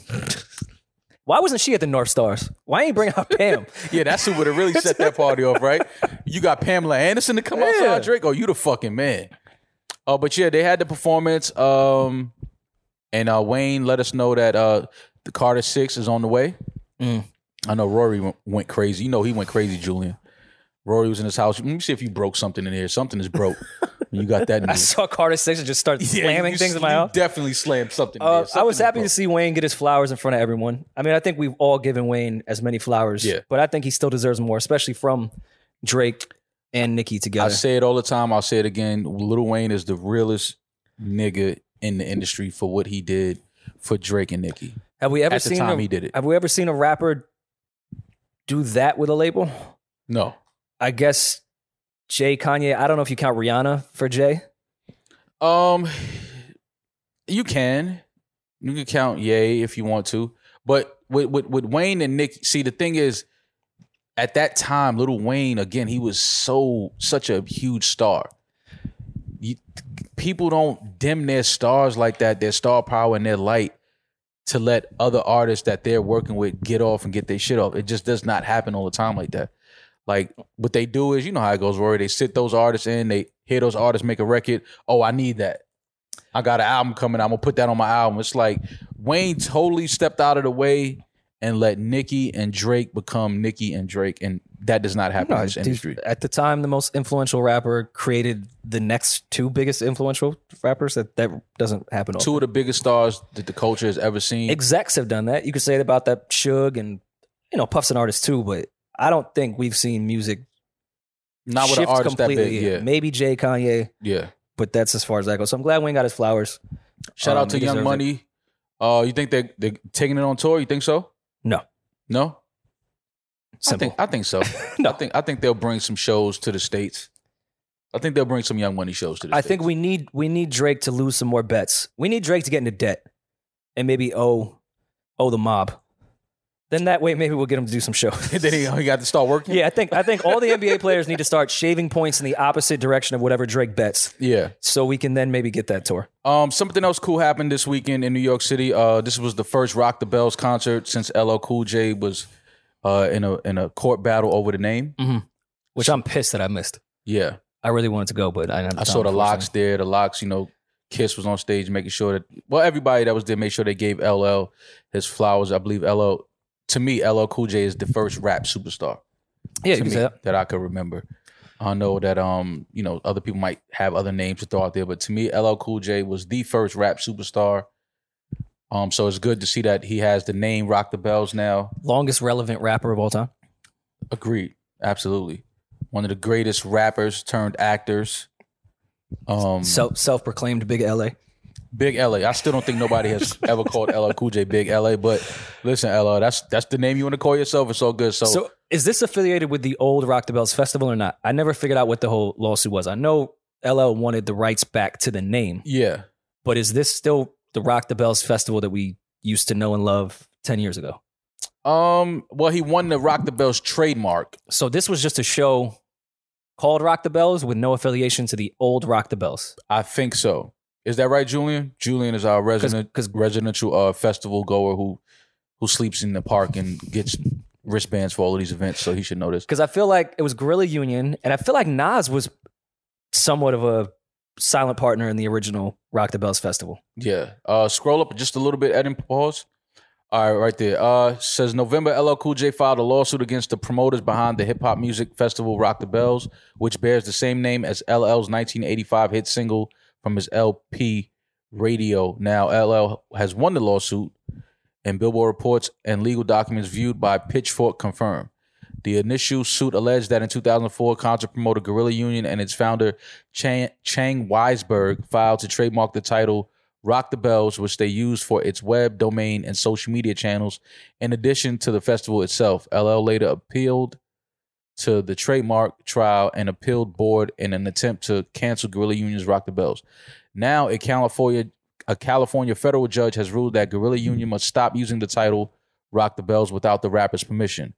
Why wasn't she at the North Stars? Why ain't bring out Pam? Yeah, that's who would have really set that party off, right? You got Pamela Anderson to come Yeah. outside Drake. Oh, you the fucking man. Oh, but yeah, they had the performance. Um, and uh, Wayne let us know that uh, the Carter Six is on the way. Mm. I know Rory went, went crazy. You know he went crazy, Julian. Rory was in his house. Let me see if you broke something in here. Something is broke. you got that? I news. saw Carter Six and just start Yeah, slamming you- things in my you house. Definitely slammed something. in Uh, there. I Something was is happy to broke. see Wayne get his flowers in front of everyone. I mean, I think we've all given Wayne as many flowers, Yeah. but I think he still deserves more, especially from Drake and Nicki I together. say it all the time. I'll say it again. Lil Wayne is the realest nigga in the industry for what he did for Drake and Nicki. have we ever At the seen time a, he did it. have we ever seen a rapper do that with a label? No. I guess Jay Kanye. I don't know if you count Rihanna for Jay. Um you can. You can count Yay if you want to. But with with, with Wayne and Nicki, see the thing is at that time, Little Wayne, again, he was so such a huge star. You, people don't dim their stars like that, their star power and their light to let other artists that they're working with get off and get their shit off. It just does not happen all the time like that. Like what they do is, you know how it goes, Rory. They sit those artists in, they hear those artists make a record. Oh, I need that. I got an album coming. I'm gonna put that on my album. It's like Wayne totally stepped out of the way and let Nicki and Drake become Nicki and Drake, and that does not happen No, in this dude, industry. At the time, the most influential rapper created the next two biggest influential rappers. That that doesn't happen. Two Often. of the biggest stars that the culture has ever seen. Execs have done that. You could say it about that Suge and you know Puff's an artist too, but I don't think we've seen music not with shift an artist that completely. big. yet. Yeah, Maybe Jay Kanye, yeah. but that's as far as that goes. So I'm glad Wayne got his flowers. Shout Um, out to he Young deserves it. Money. Uh, you think they they taking it on tour? You think so? No. no. I Simple. think I think so. no, I think I think they'll bring some shows to the states. I think they'll bring some Young Money shows to the I states. think we need we need Drake to lose some more bets. We need Drake to get into debt and maybe owe owe the mob. Then that way maybe we'll get him to do some shows. then he, he got to start working. yeah, I think I think all the NBA players need to start shaving points in the opposite direction of whatever Drake bets, yeah. so we can then maybe get that tour. Um, something else cool happened this weekend in New York City. Uh, this was the first Rock the Bells concert since LL Cool J was uh, in a in a court battle over the name. Which I'm pissed that I missed. Yeah, I really wanted to go, but I didn't have I saw the locks there. The locks, you know, Kiss was on stage making sure that well, everybody that was there made sure they gave LL his flowers. I believe LL to me, LL Cool J is the first rap superstar Yeah, to you can me say that. that I could remember. I know that um, you know, other people might have other names to throw out there, but to me, LL Cool J was the first rap superstar. Um, so it's good to see that he has the name Rock the Bells now. longest relevant rapper of all time. Agreed. Absolutely. One of the greatest rappers turned actors. Um Self self proclaimed big LA. Big LA. I still don't think nobody has ever called LL Cool J Big LA, but listen, LL, that's that's the name you want to call yourself. It's all good. So, So is this affiliated with the old Rock the Bells festival or not? I never figured out what the whole lawsuit was. I know LL wanted the rights back to the name, yeah. but is this still the Rock the Bells festival that we used to know and love 10 years ago? Um, well, he won the Rock the Bells trademark. So this was just a show called Rock the Bells with no affiliation to the old Rock the Bells. I think so. Is that right, Julian? Julian is our resident Because residential uh, festival goer who who sleeps in the park and gets wristbands for all of these events, so he should know this. because I feel like it was Guerrilla Union, and I feel like Nas was somewhat of a silent partner in the original Rock the Bells festival. Yeah. Uh, scroll up just a little bit, Ed and pause. All right, right there. Uh, says November, LL Cool J filed a lawsuit against the promoters behind the hip hop music festival Rock the Bells, which bears the same name as LL's 1985 hit single from his LP Radio. Now, LL has won the lawsuit, and Billboard reports and legal documents viewed by Pitchfork confirm. The initial suit alleged that in 2004, concert promoter Guerrilla Union and its founder Chang, Chang Weisberg filed to trademark the title Rock the Bells, which they used for its web domain and social media channels, in addition to the festival itself. LL later appealed to the trademark trial and appealed board in an attempt to cancel Guerrilla Union's Rock the Bells. Now, a California a California federal judge has ruled that Guerrilla Union must stop using the title Rock the Bells without the rapper's permission.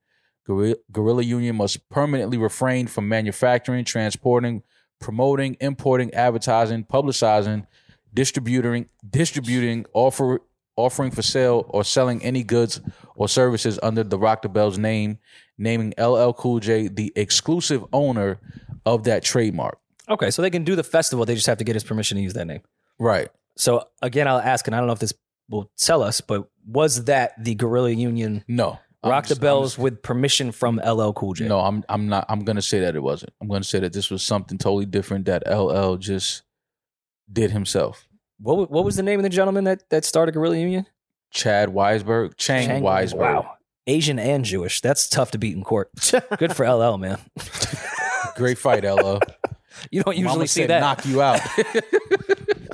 Guerri- Guerrilla Union must permanently refrain from manufacturing, transporting, promoting, importing, advertising, publicizing, distributing, distributing, offer, offering for sale, or selling any goods or services under the Rock the Bells name, naming LL Cool J the exclusive owner of that trademark. Okay, so they can do the festival. They just have to get his permission to use that name. Right. So again, I'll ask, and I don't know if this will tell us, but was that the Guerrilla Union No. I'm Rock just- the I'm Bells just- with permission from LL Cool J? No, I'm I'm not I'm gonna say that it wasn't. I'm gonna say that this was something totally different that LL just did himself. What, wa- what was the name of the gentleman that, that started Guerrilla Union? Chad Weisberg, Chang, Chang- Weisberg. Wow. Asian and Jewish. That's tough to beat in court. Good for LL, man. Great fight, LL. You don't usually Mama see said that. knock you out.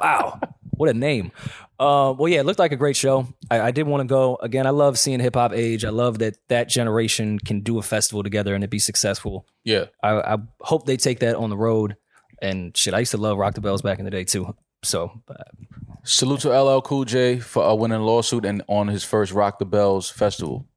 Wow. What a name. Uh, well, yeah, it looked like a great show. I, I did want to go. Again, I love seeing hip hop age. I love that that generation can do a festival together and it be successful. yeah. I, I hope they take that on the road. And shit, I used to love Rock the Bells back in the day too. So, uh, Salute to LL Cool J for uh, winning a lawsuit and on his first Rock the Bells festival.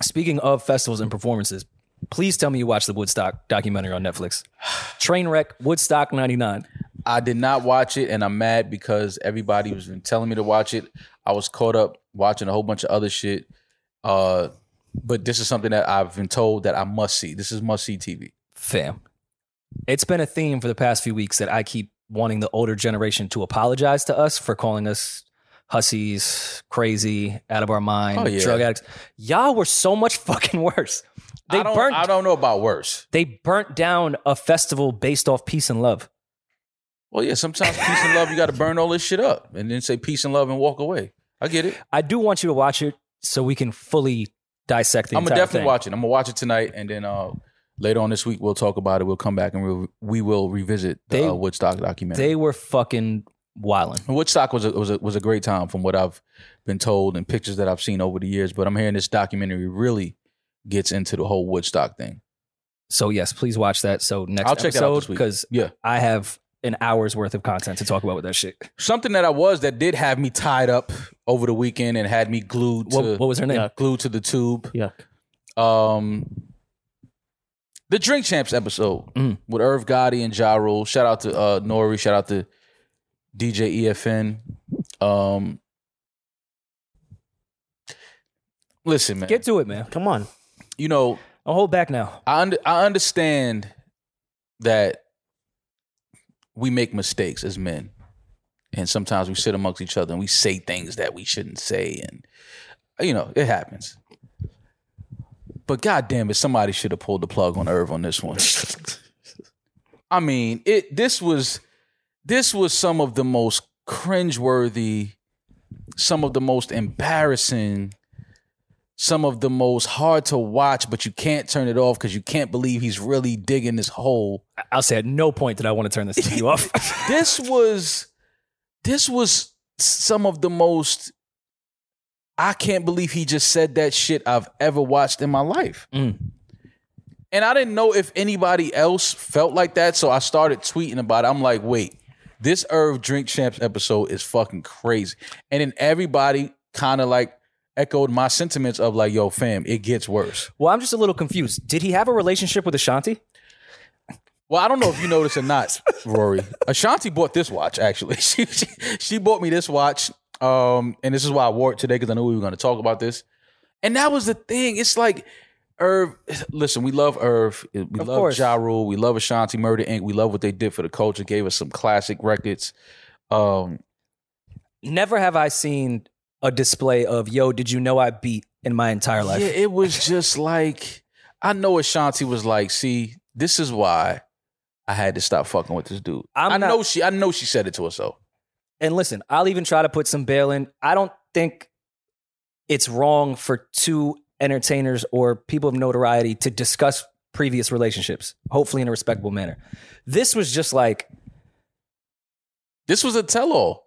speaking of festivals and performances, Please tell me you watched the Woodstock documentary on Netflix. Trainwreck, Woodstock 99. I did not watch it, and I'm mad because everybody was been telling me to watch it. I was caught up watching a whole bunch of other shit. Uh, but this is something that I've been told that I must see. This is must see TV. Fam. It's been a theme for the past few weeks that I keep wanting the older generation to apologize to us for calling us hussies, crazy, out of our mind, Oh, yeah. drug addicts. Y'all were so much fucking worse. They I don't, burnt I don't know about worse. they burnt down a festival based off peace and love. Well, yeah, sometimes peace and love, you got to burn all this shit up and then say peace and love and walk away. I get it. I do want you to watch it so we can fully dissect the I'm gonna entire definitely thing. watch it. I'm gonna watch it tonight, and then uh, later on this week we'll talk about it. We'll come back and we'll, we will revisit the They- uh, Woodstock documentary. They were fucking wilding. And Woodstock was a, was a, was a great time from what I've been told and pictures that I've seen over the years. But I'm hearing this documentary really gets into the whole Woodstock thing. So yes, please watch that. So next I'll check that out episode this week. because Yeah, I have an hour's worth of content to talk about with that shit. something that I was that did have me tied up over the weekend and had me glued to What, what was her name? Yeah. Uh, glued to the tube. Yuck. um the Drink Champs episode Mm. with Irv Gotti and Ja Rule. Shout out to uh Nori, shout out to DJ EFN. Um Listen, man. Get to it, man. Come on. you know, I'll hold back now. I und- I understand that we make mistakes as men, and sometimes we sit amongst each other and we say things that we shouldn't say, and you know it happens. But goddamn it, somebody should have pulled the plug on Irv on this one. I mean, it. This was this was some of the most cringeworthy, some of the most embarrassing some of the most hard to watch, but you can't turn it off because you can't believe he's really digging this hole. I- I'll say at no point did I want to turn this interview off. This was this was some of the most I can't believe he just said that shit I've ever watched in my life. Mm. And I didn't know if anybody else felt like that, so I started tweeting about it. I'm like, wait, this Irv Drink Champs episode is fucking crazy. And then everybody kind of like echoed my sentiments of like, yo, fam, it gets worse. Well, I'm just a little confused. Did he have a relationship with Ashanti? Well, I don't know if you know this or not, Rory. Ashanti bought this watch actually. She she, she bought me this watch, um, and this is why I wore it today because I knew we were going to talk about this. And that was the thing. It's like Irv. Listen, we love Irv. We Of love course. Ja Rule. We love Ashanti Murder Inc. We love what they did for the culture. Gave us some classic records. Um, Never have I seen a display of yo. Did you know I beat in my entire life? Yeah, it was just like I know Ashanti was like, see, this is why I had to stop fucking with this dude. I'm I not- know she I know she said it to herself. and listen, I'll even try to put some bail in. I don't think it's wrong for two entertainers or people of notoriety to discuss previous relationships, hopefully in a respectable manner. This was just like This was a tell-all.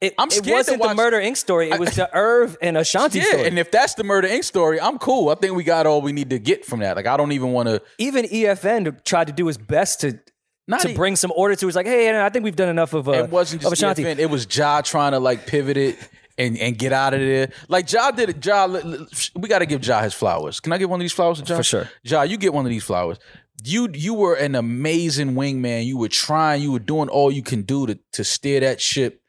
it, I'm it scared to wasn't the watch- murder Inc. story. It I- was the Irv and Ashanti yeah, story. and if that's the Murder Inc. story, I'm cool. I think we got all we need to get from that. Like, I don't even want to. even EFN tried to do his best to Not to e- bring some order to. It was like, hey, I think we've done enough of. Uh, It wasn't of just E Ashanti. EFN. It was Ja trying to like pivot it and and get out of there. Like Ja did it. Ja, l- l- we got to give Ja his flowers. Can I get one of these flowers to Ja? For sure. Ja, you get one of these flowers. You you were an amazing wingman. You were trying. You were doing all you can do to to steer that ship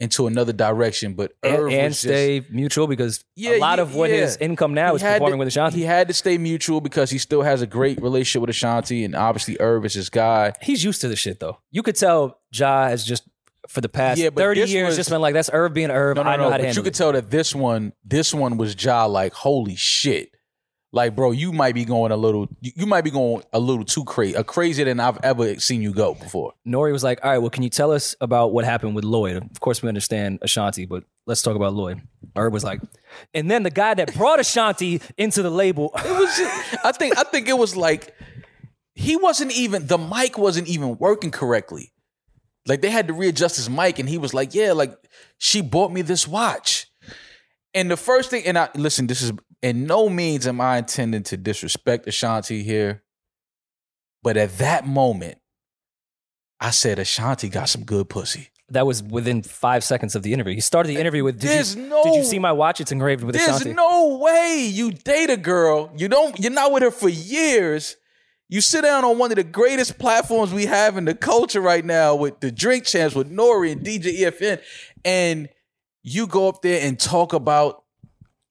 into another direction. But Irv and, was and just- stay mutual because Yeah, a lot yeah, of what yeah. his income now He is had performing to- with Ashanti. He had to stay mutual because he still has a great relationship with Ashanti, and obviously Irv is his guy. he's used to this shit though. You could tell Ja has just for the past Yeah, but thirty this years was- just been like that's Irv being Irv. No, no, I know no. how to But handle you could it. tell that this one, this one was Ja like, holy shit. Like, bro, you might be going a little, you you might be going a little too crazy, a crazier than I've ever seen you go before. Nori was like, "All right, well, can you tell us about what happened with Lloyd?" Of course, we understand Ashanti, but let's talk about Lloyd. Irv was like, and then the guy that brought Ashanti into the label, It was, just- I think, I think it was like he wasn't even the mic wasn't even working correctly. Like they had to readjust his mic, and he was like, "Yeah, like she bought me this watch." And the first thing, and I listen, this is in no means am I intending to disrespect Ashanti here, but at that moment, I said Ashanti got some good pussy. That was within five seconds of the interview. He started the interview with, did There's you, no did you see my watch? It's engraved with There's Ashanti. no way you date a girl. You don't. You're not with her for years. You sit down on one of the greatest platforms we have in the culture right now with the Drink Champs with Nori and DJ EFN, and you go up there and talk about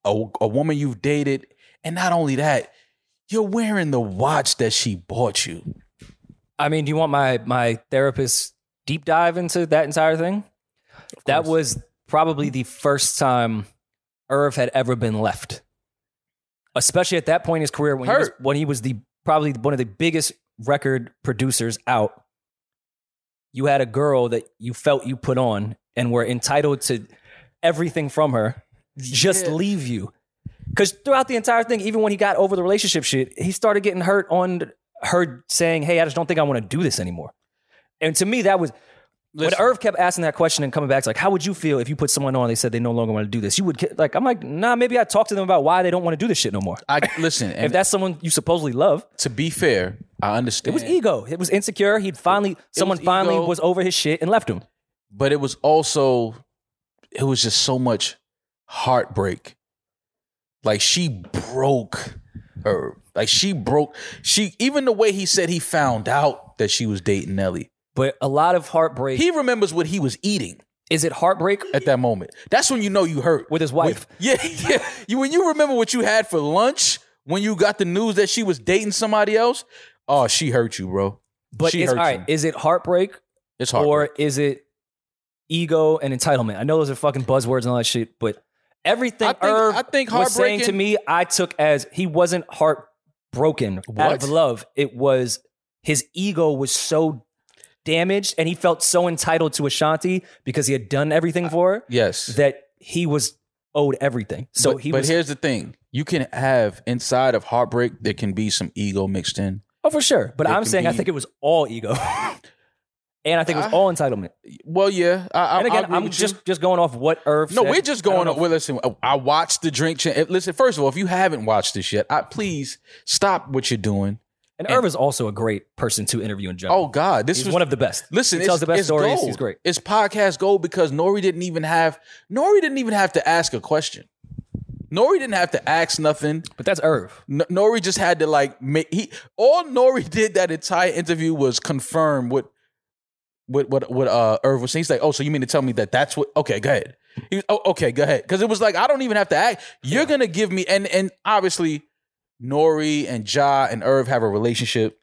a, a woman you've dated, and not only that, you're wearing the watch that she bought you. I mean, do you want my my therapist deep dive into that entire thing? That was probably the first time Irv had ever been left, especially at that point in his career when he was, Hurt. when he was the probably one of the biggest record producers out. You had a girl that you felt you put on and were entitled to everything from her. Just Yeah. leave you. Because throughout the entire thing, even when he got over the relationship shit, he started getting hurt on her saying, Hey, I just don't think I want to do this anymore. And to me, that was Listen. when Irv kept asking that question and coming back, it's like, How would you feel if you put someone on and they said they no longer want to do this? You would, get- like, I'm like, Nah, maybe I talk to them about why they don't want to do this shit no more. I listen. If And that's someone you supposedly love, to be fair, I understand. it was ego. It was insecure. He'd finally, someone was finally ego. was over his shit and left him. but it was also it was just so much heartbreak like she broke her like she broke she even the way he said he found out that she was dating Nelly But a lot of heartbreak. he remembers what he was eating is it heartbreak at that moment that's when you know you hurt with his wife? yeah yeah you when you remember what you had for lunch when you got the news that she was dating somebody else oh she hurt you bro but she it's, all hurt right, you. is it heartbreak it's hard or is it ego and entitlement? I know those are fucking buzzwords and all that shit, but everything I think- Irv I think was saying to heartbreaking- me, I took as he wasn't heartbroken out What? of love. It was his ego was so damaged and he felt so entitled to Ashanti because he had done Uh, everything for her yes that he was owed everything. So but, he but was here's the thing: you can have inside of heartbreak there can be some ego mixed in. Oh, for sure. But There I'm can saying I be- Uh, think it was all ego. and I think it was I- all entitlement. Well, yeah. I, I, I And again, agree I'm with you. just just going off what Irv. No, said. we're just I don't going. know Well, listen. uh, I watched the drink. Cha- listen, first of all, if you haven't watched this yet, I, please stop what you're doing. And Irv is also a great person to interview in general. Oh God, this he's was one of the best. Listen, he tells it's, the best it's stories. Gold. He's great. It's podcast gold because Nori didn't even have Nori didn't even have to ask a question. Nori didn't have to ask nothing. But that's Irv. N- Nori just had to like make he all Nori did that entire interview was confirm what what what what uh Irv was saying. He's like, oh, so you mean to tell me that that's what? Okay, go ahead. He was, oh, okay, go ahead. Because it was like I don't even have to act. You're gonna give me and and obviously Nori and Ja and Irv have a relationship.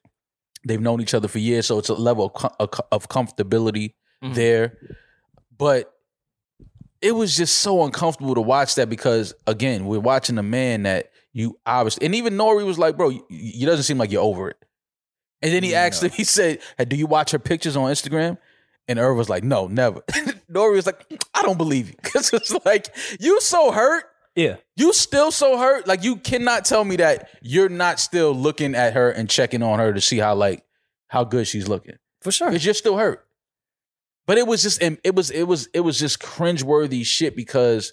They've known each other for years, so it's a level of, com- of- of comfortability Mhm. there. But it was just so uncomfortable to watch that because again, we're watching a man that you obviously and even Nori was like, bro, you, you doesn't seem like you're over it. And then he asked No. him, he said, hey, do you watch her pictures on Instagram? And Irv was like, no, never. Nori was like, I don't believe you. Because it's like, you so hurt. Yeah. You still so hurt. Like you cannot tell me that you're not still looking at her and checking on her to see how like how good she's looking. For sure. Because you're still hurt. But it was just it was it was it was just cringeworthy shit because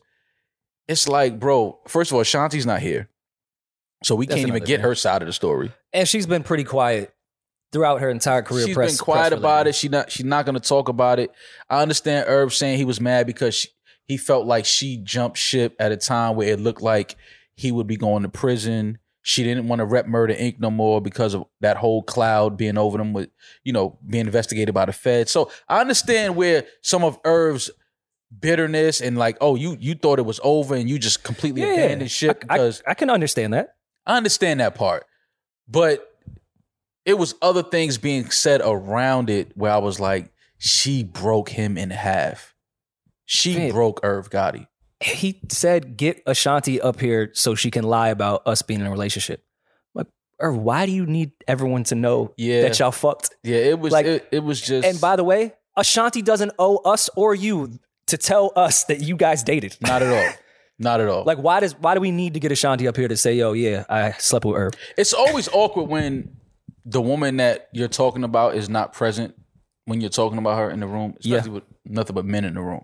it's like, bro, first of all, Shanti's not here. So we That's can't even another get thing. her side of the story. And she's been pretty quiet throughout her entire career. She's press- been quiet press about related. it. She not she's not gonna talk about it. I understand Herb saying he was mad because she, he felt like she jumped ship at a time where it looked like he would be going to prison. She didn't want to rep Murder Inc. no more because of that whole cloud being over them with, you know, being investigated by the Fed. So I understand where some of Irv's bitterness and like, oh, you you thought it was over and you just completely Yeah, yeah. abandoned ship I, I, because I can understand that. I understand that part, but it was other things being said around it where I was like, she broke him in half. She Babe. broke Irv Gotti. He said, "Get Ashanti up here so she can lie about us being in a relationship." I'm like, Irv, why do you need everyone to know Yeah. that y'all fucked? Yeah, it was Like- it, it was just And by the way, Ashanti doesn't owe us or you to tell us that you guys dated. not at all. Not at all. Like, why does why do we need to get Ashanti up here to say, "Yo, yeah, I slept with Irv"? it's always awkward when the woman that you're talking about is not present when you're talking about her in the room, Yeah. especially with nothing but men in the room.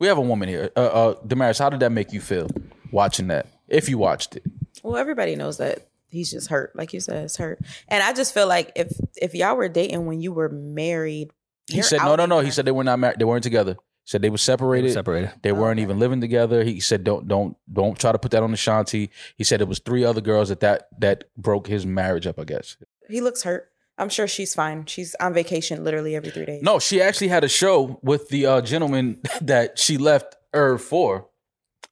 We have a woman here. Uh, uh, Damaris, how did that make you feel watching that? If you watched it, Well, everybody knows that he's just hurt, like you said, it's hurt. And I just feel like if if y'all were dating when you were married He They're said no, out no, no. He there. said they were not married. They weren't together. He said they were separated. separated. They Oh, weren't okay. even living together. He said, "Don't, don't, don't try to put that on Ashanti." He said it was three other girls that that that broke his marriage up. I guess. He looks hurt. I'm sure she's fine. She's on vacation literally every three days. No, she actually had a show with the uh, gentleman that she left her for.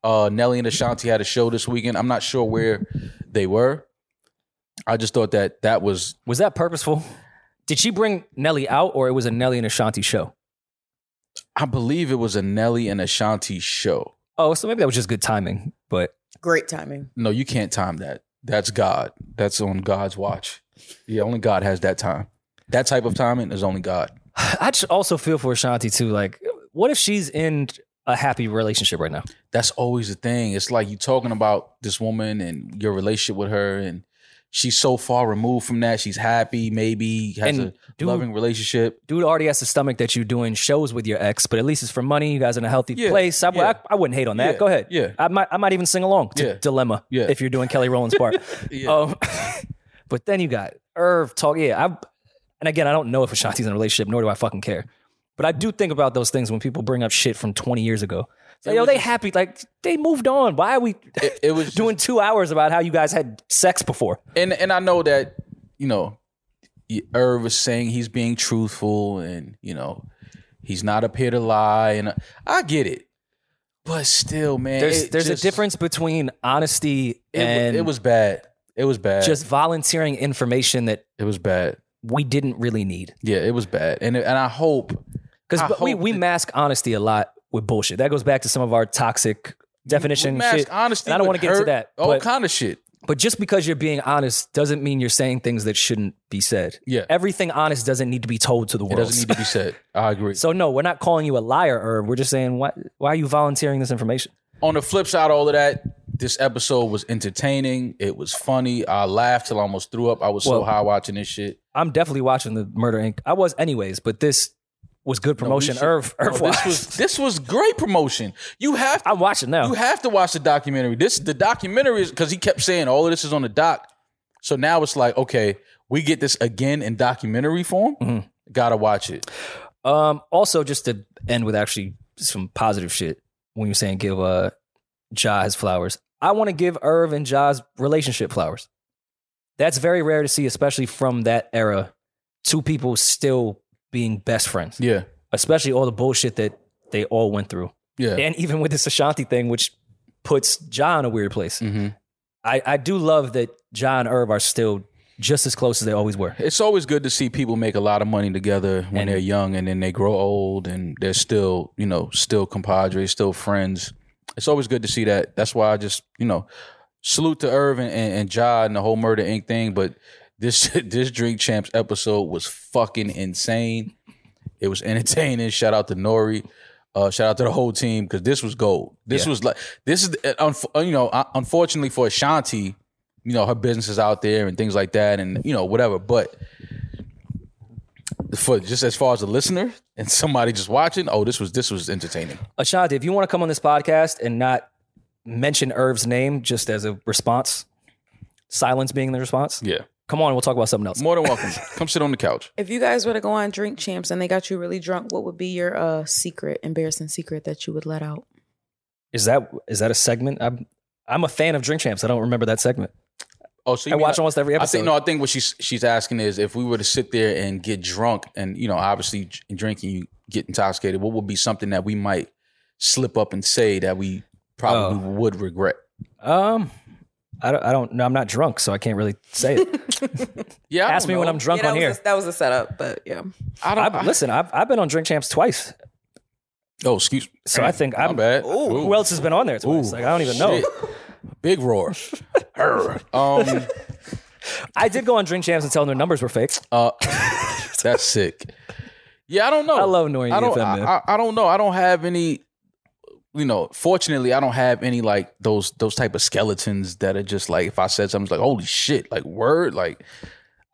Uh, Nelly and Ashanti had a show this weekend. I'm not sure where they were. I just thought that that was Was that purposeful? Did she bring Nelly out, or it was a Nelly and Ashanti show? I believe it was a Nelly and Ashanti show. Oh, so maybe that was just good timing. But Great timing. No, you can't time that. That's God. That's on God's watch. Yeah, only God has that time. That type of timing is only God. I just also feel for Ashanti too. Like, what if she's in a happy relationship right now? That's always the thing. It's like you talking about this woman and your relationship with her, and she's so far removed from that. She's happy, maybe has And a dude- loving relationship. Dude already has the stomach that you're doing shows with your ex, but at least it's for money. You guys in a healthy Yeah, place. I, yeah. I, I wouldn't hate on that. Yeah, Go ahead. yeah. I might I might even sing along to Yeah. Dilemma Yeah. if you're doing Kelly Rowland's part. Yeah. Um, but then you got Irv talk. Yeah, I, and again, I don't know if Ashanti's in a relationship, nor do I fucking care. But I do think about those things when people bring up shit from 20 years ago. It's like, It yo, was they just- happy. Like, they moved on. Why are we It, it was doing, doing two hours about how you guys had sex before? and and I know that you know, Irv is saying he's being truthful, and you know, he's not up here to lie, and I, I get it. But still, man, There's, it there's just- a difference between honesty It, wa- and it was bad. It was bad. just volunteering information that it was bad. we didn't really need. Yeah, it was bad. And it- and I hope I Because we, hope we that- mask honesty a lot with bullshit. That goes back to some of our toxic definition we mask shit. honesty. And I don't with wanna get into hurt, that, All but- kind of shit. But just because you're being honest doesn't mean you're saying things that shouldn't be said. Yeah, Everything honest doesn't need to be told to the it world. doesn't need to be said. I agree. so no, we're not calling you a liar, or we're just saying why why are you volunteering this information? On the flip side, of all of that, this episode was entertaining. It was funny. I laughed till I almost threw up. I was Well- so high watching this shit. I'm definitely watching the Murder Inc. I was anyways, but this was good No, we promotion. should- Irv, no, Oh, Irv this watched. was this was great promotion. You have to, I'm watching now. you have to watch the documentary. This the documentary is because he kept saying all of this is on the doc. So now it's like okay, we get this again in documentary form. Mhm. Gotta watch it. Um, also, just to end with actually some positive shit, when you're saying give uh Ja his flowers, I want to give Irv and Ja's relationship flowers. That's very rare to see, especially from that era. Two people still being best friends, Yeah, especially all the bullshit that they all went through, yeah. and even with this Ashanti thing, which puts Ja in a weird place. hmm I, I do love that Ja and Irv are still just as close as they always were. It's always good to see people make a lot of money together when And- they're young, and then they grow old, and they're still, you know, still compadres, still friends. It's always good to see that. That's why I just, you know, salute to Irv and, and, and Ja and the whole Murder Inc. thing. But this this Drink Champs episode was fucking insane. It was entertaining. Shout out to Nori. Uh, shout out to the whole team because this was gold. This Yeah. was like this is uh, unf- uh, you know uh, unfortunately for Ashanti, you know her business is out there and things like that and you know whatever. But for just as far as a listener and somebody just watching, oh this was this was entertaining. Ashanti, if you want to come on this podcast and not mention Irv's name just as a response, silence being the response, Yeah, come on, we'll talk about something else. more than welcome. Come sit on the couch. If you guys were to go on Drink Champs and they got you really drunk, what would be your uh secret, embarrassing secret that you would let out? Is that is that a segment? I'm I'm a fan of Drink Champs. I don't remember that segment. Oh, so I you mean watch almost every episode. I think no. I think what she's she's asking is if we were to sit there and get drunk, and you know, obviously j- drinking, you get intoxicated. What would be something that we might slip up and say that we probably Oh. would regret? Um, I don't. I don't. No, I'm not drunk, so I can't really say it. Yeah, I Ask don't me when know. I'm drunk Yeah, that on was here. Uh, A, that was a setup, but yeah. I don't. I've, I, listen, I've I've been on Drink Champs twice, oh, excuse me. so I think My I'm. bad. Ooh. Who else has been on there twice? like I don't even know. Shit. Big roar. Arr. um, I did go on Drink Champs and tell them their numbers were fake. uh, that's sick. Yeah, I don't know. I love Nori Oh, I and don't. EFM, I, man. I- I don't know. I don't have any. You know, fortunately, I don't have any like those those type of skeletons that are just like if I said something, it's like holy shit, like word, like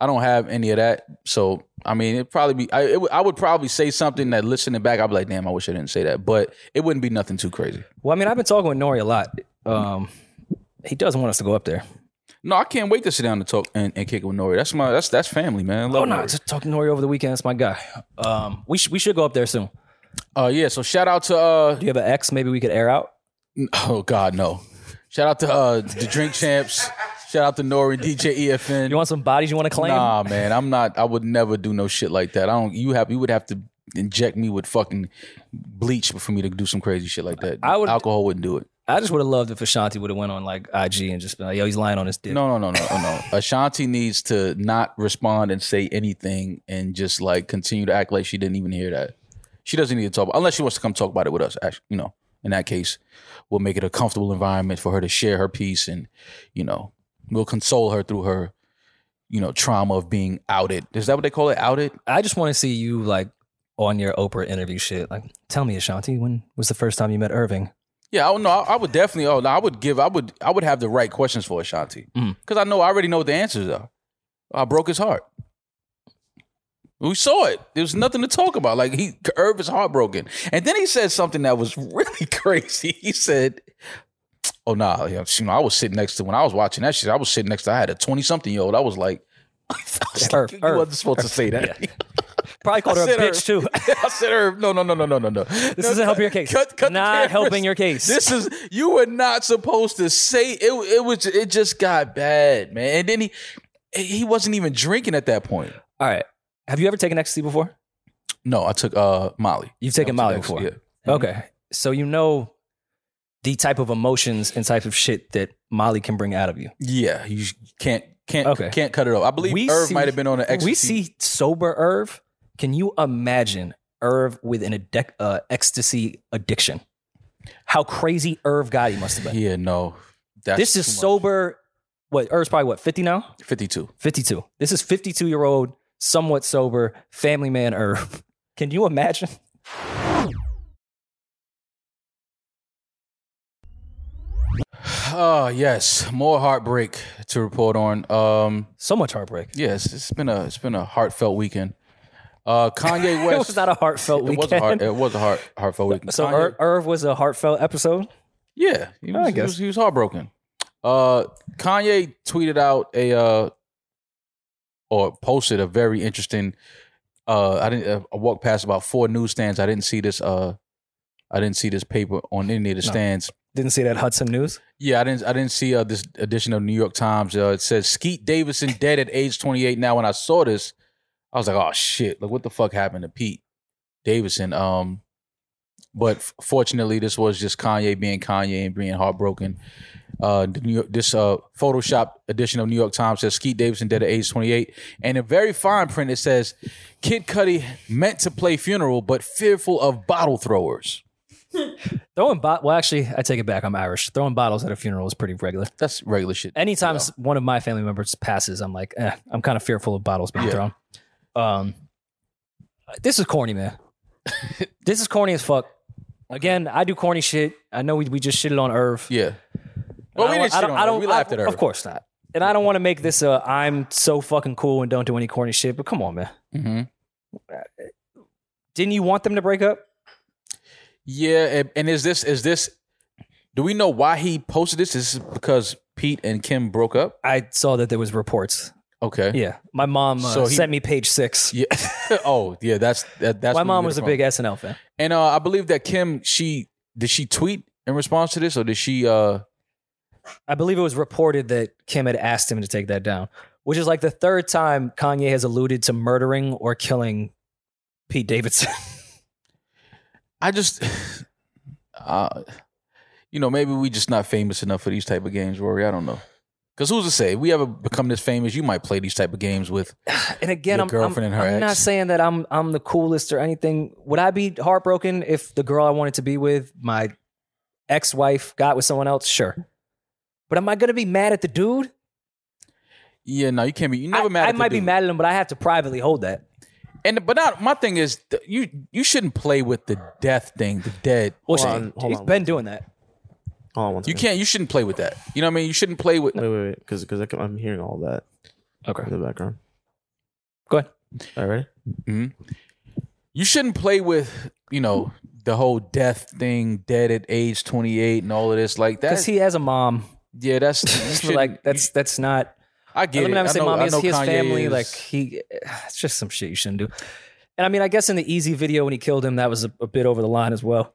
I don't have any of that. So I mean, it probably be I it, would- I would probably say something that listening back, I'd be like, damn, I wish I didn't say that, but it wouldn't be nothing too crazy. Well, I mean, I've been talking with Nori a lot. Um, he doesn't want us to go up there. No, I can't wait to sit down and talk and, and kick it with Nori. That's my that's that's family, man. I Oh Love no, Nori. just talking to Nori over the weekend. That's my guy. Um, we should we should go up there soon. Uh, yeah. So shout out to uh, Do you have an ex? Maybe we could air out. oh God, no. Shout out to uh the Drink Champs. Shout out to Nori, E DJ EFN. You want some bodies you want to claim? Nah, man, I'm not. I would never do no shit like that. I don't. You have. You would have to inject me with fucking bleach for me to do some crazy shit like that. I would- Alcohol wouldn't do it. I just would have loved if Ashanti would have went on like IG and just been like, yo, he's lying on his dick. No, no, no, no, no, no. Ashanti needs to not respond and say anything and just like continue to act like she didn't even hear that. She doesn't need to talk unless she wants to come talk about it with us. Actually, you know, in that case, we'll make it a comfortable environment for her to share her piece, and you know, we'll console her through her, you know, trauma of being outed. Is that what they call it? Outed? I just want to see you like on your Oprah interview shit. Like, tell me, Ashanti, when was the first time you met Irving? Yeah, I don't know. I, I would definitely. Oh, no, I would give. I would. I would have the right questions for Ashanti because Mm. I know. I already know what the answers are. I broke his heart. We saw it. There was nothing to talk about. Like he, Irv is heartbroken, and then he said something that was really crazy. He said, "Oh nah, yeah, you know, I was sitting next to when I was watching that shit. I was sitting next to. I had a twenty something year old. I was like, I was Irv, like, you Irv, wasn't supposed to say that. Probably called I her a said her. bitch too. I said, Irv, no, no, no, no, no, no, no. This doesn't help your case. Not helping your case. This is you were not supposed to say it. It was it just got bad, man. And then he he wasn't even drinking at that point. All right. Have you ever taken ecstasy before? No, I took uh Molly. I You've taken took Molly ecstasy, before. yeah. Okay. So you know the type of emotions and type of shit that Molly can bring out of you. Yeah, you sh- can't can't Okay. can't cut it off. I believe We Irv see- might have been on an ecstasy. We see sober Irv. Can you imagine Irv with an adec- uh, ecstasy addiction? How crazy Irv Gotti must have been. Yeah, no. That's this is sober. What Irv's probably what fifty now? fifty two. Fifty two. This is fifty two year old, somewhat sober family man Irv. Can you imagine? Oh yes, more heartbreak to report on. Um, So much heartbreak. yes, it's been a it's been a heartfelt weekend. Uh, Kanye West. It was not a heartfelt It weekend. was a hard. It was a hard, heartfelt weekend. so Kanye- Ir- Irv was a heartfelt episode. yeah, he was, I He guess. was, he was heartbroken. Uh, Kanye tweeted out a uh, or posted a very interesting. Uh, I didn't. Uh, I walked past about four newsstands. I didn't see this. Uh, I didn't see this paper on any of the No. stands. Didn't see that Hudson News. Yeah, I didn't. I didn't see uh, this edition of New York Times. Uh, it says Skeet Davidson dead at age 28. Now, when I saw this, I was like, "Oh shit! Like, what the fuck happened to Pete Davidson?" Um, but f- fortunately, this was just Kanye being Kanye and being heartbroken. Uh, the New York, this uh, Photoshop edition of New York Times says Skeet Davidson dead at age 28, and in very fine print it says Kid Cudi meant to play funeral but fearful of bottle throwers. Throwing bot. Well, actually, I take it back. I'm Irish. Throwing bottles at a funeral is pretty regular. That's regular shit. anytime s one of my family members passes, I'm like, eh, I'm kind of fearful of bottles being Yeah. thrown. Um, this is corny, man. this is corny as fuck. Again, I do corny shit. I know we, we just shitted on Irv. Yeah. Well, I we don't- didn't I shit don't- I on her. don't- We laughed I- at her. Of course not. And I don't want to make this a I'm so fucking cool and don't do any corny shit. But come on, man. hmm Didn't you want them to break up? Yeah, and, and is this is this? Do we know why he posted this? Is this because Pete and Kim broke up? I saw that there was reports. Okay. Yeah, my mom uh, So he- sent me page six. Yeah. oh, yeah. That's that, that's my where we mom get it was a from. big SNL fan. And uh, I believe that Kim, she did she tweet in response to this, or did she? uh I believe it was reported that Kim had asked him to take that down, which is like the third time Kanye has alluded to murdering or killing Pete Davidson. I just, uh you know, maybe we just not famous enough for these type of games, Rory. I don't know. Because who's to say if we ever become this famous? You might play these type of games with. and again, Your I'm, I'm, girlfriend and her I'm not ex. saying that I'm I'm the coolest or anything. Would I be heartbroken if the girl I wanted to be with, my ex wife, got with someone else? Sure. But am I gonna be mad at the dude? Yeah, no, you can't be. You never I, mad. I at the might be dude. mad at him, but I have to privately hold that. And but not my thing is th- you you shouldn't play with the death thing, the dead. Well, Hold shit, on, hold he's on. been doing that. Hold on one You second. can't. You shouldn't play with that. You know what I mean? You shouldn't play with. Wait, wait, wait, because I'm hearing all that Okay. in the background. Go ahead. All right. You shouldn't play with. You know the whole death thing, dead at age twenty eight, and all of this like that. Because he has a mom Yeah, that's you So, shouldn't- like that's that's not. I get Let it. me not I say know, mommy. I It's know his Kanye family. is- Like he, it's just some shit you shouldn't do. And I mean, I guess in the easy video when he killed him, that was a, a bit over the line as well.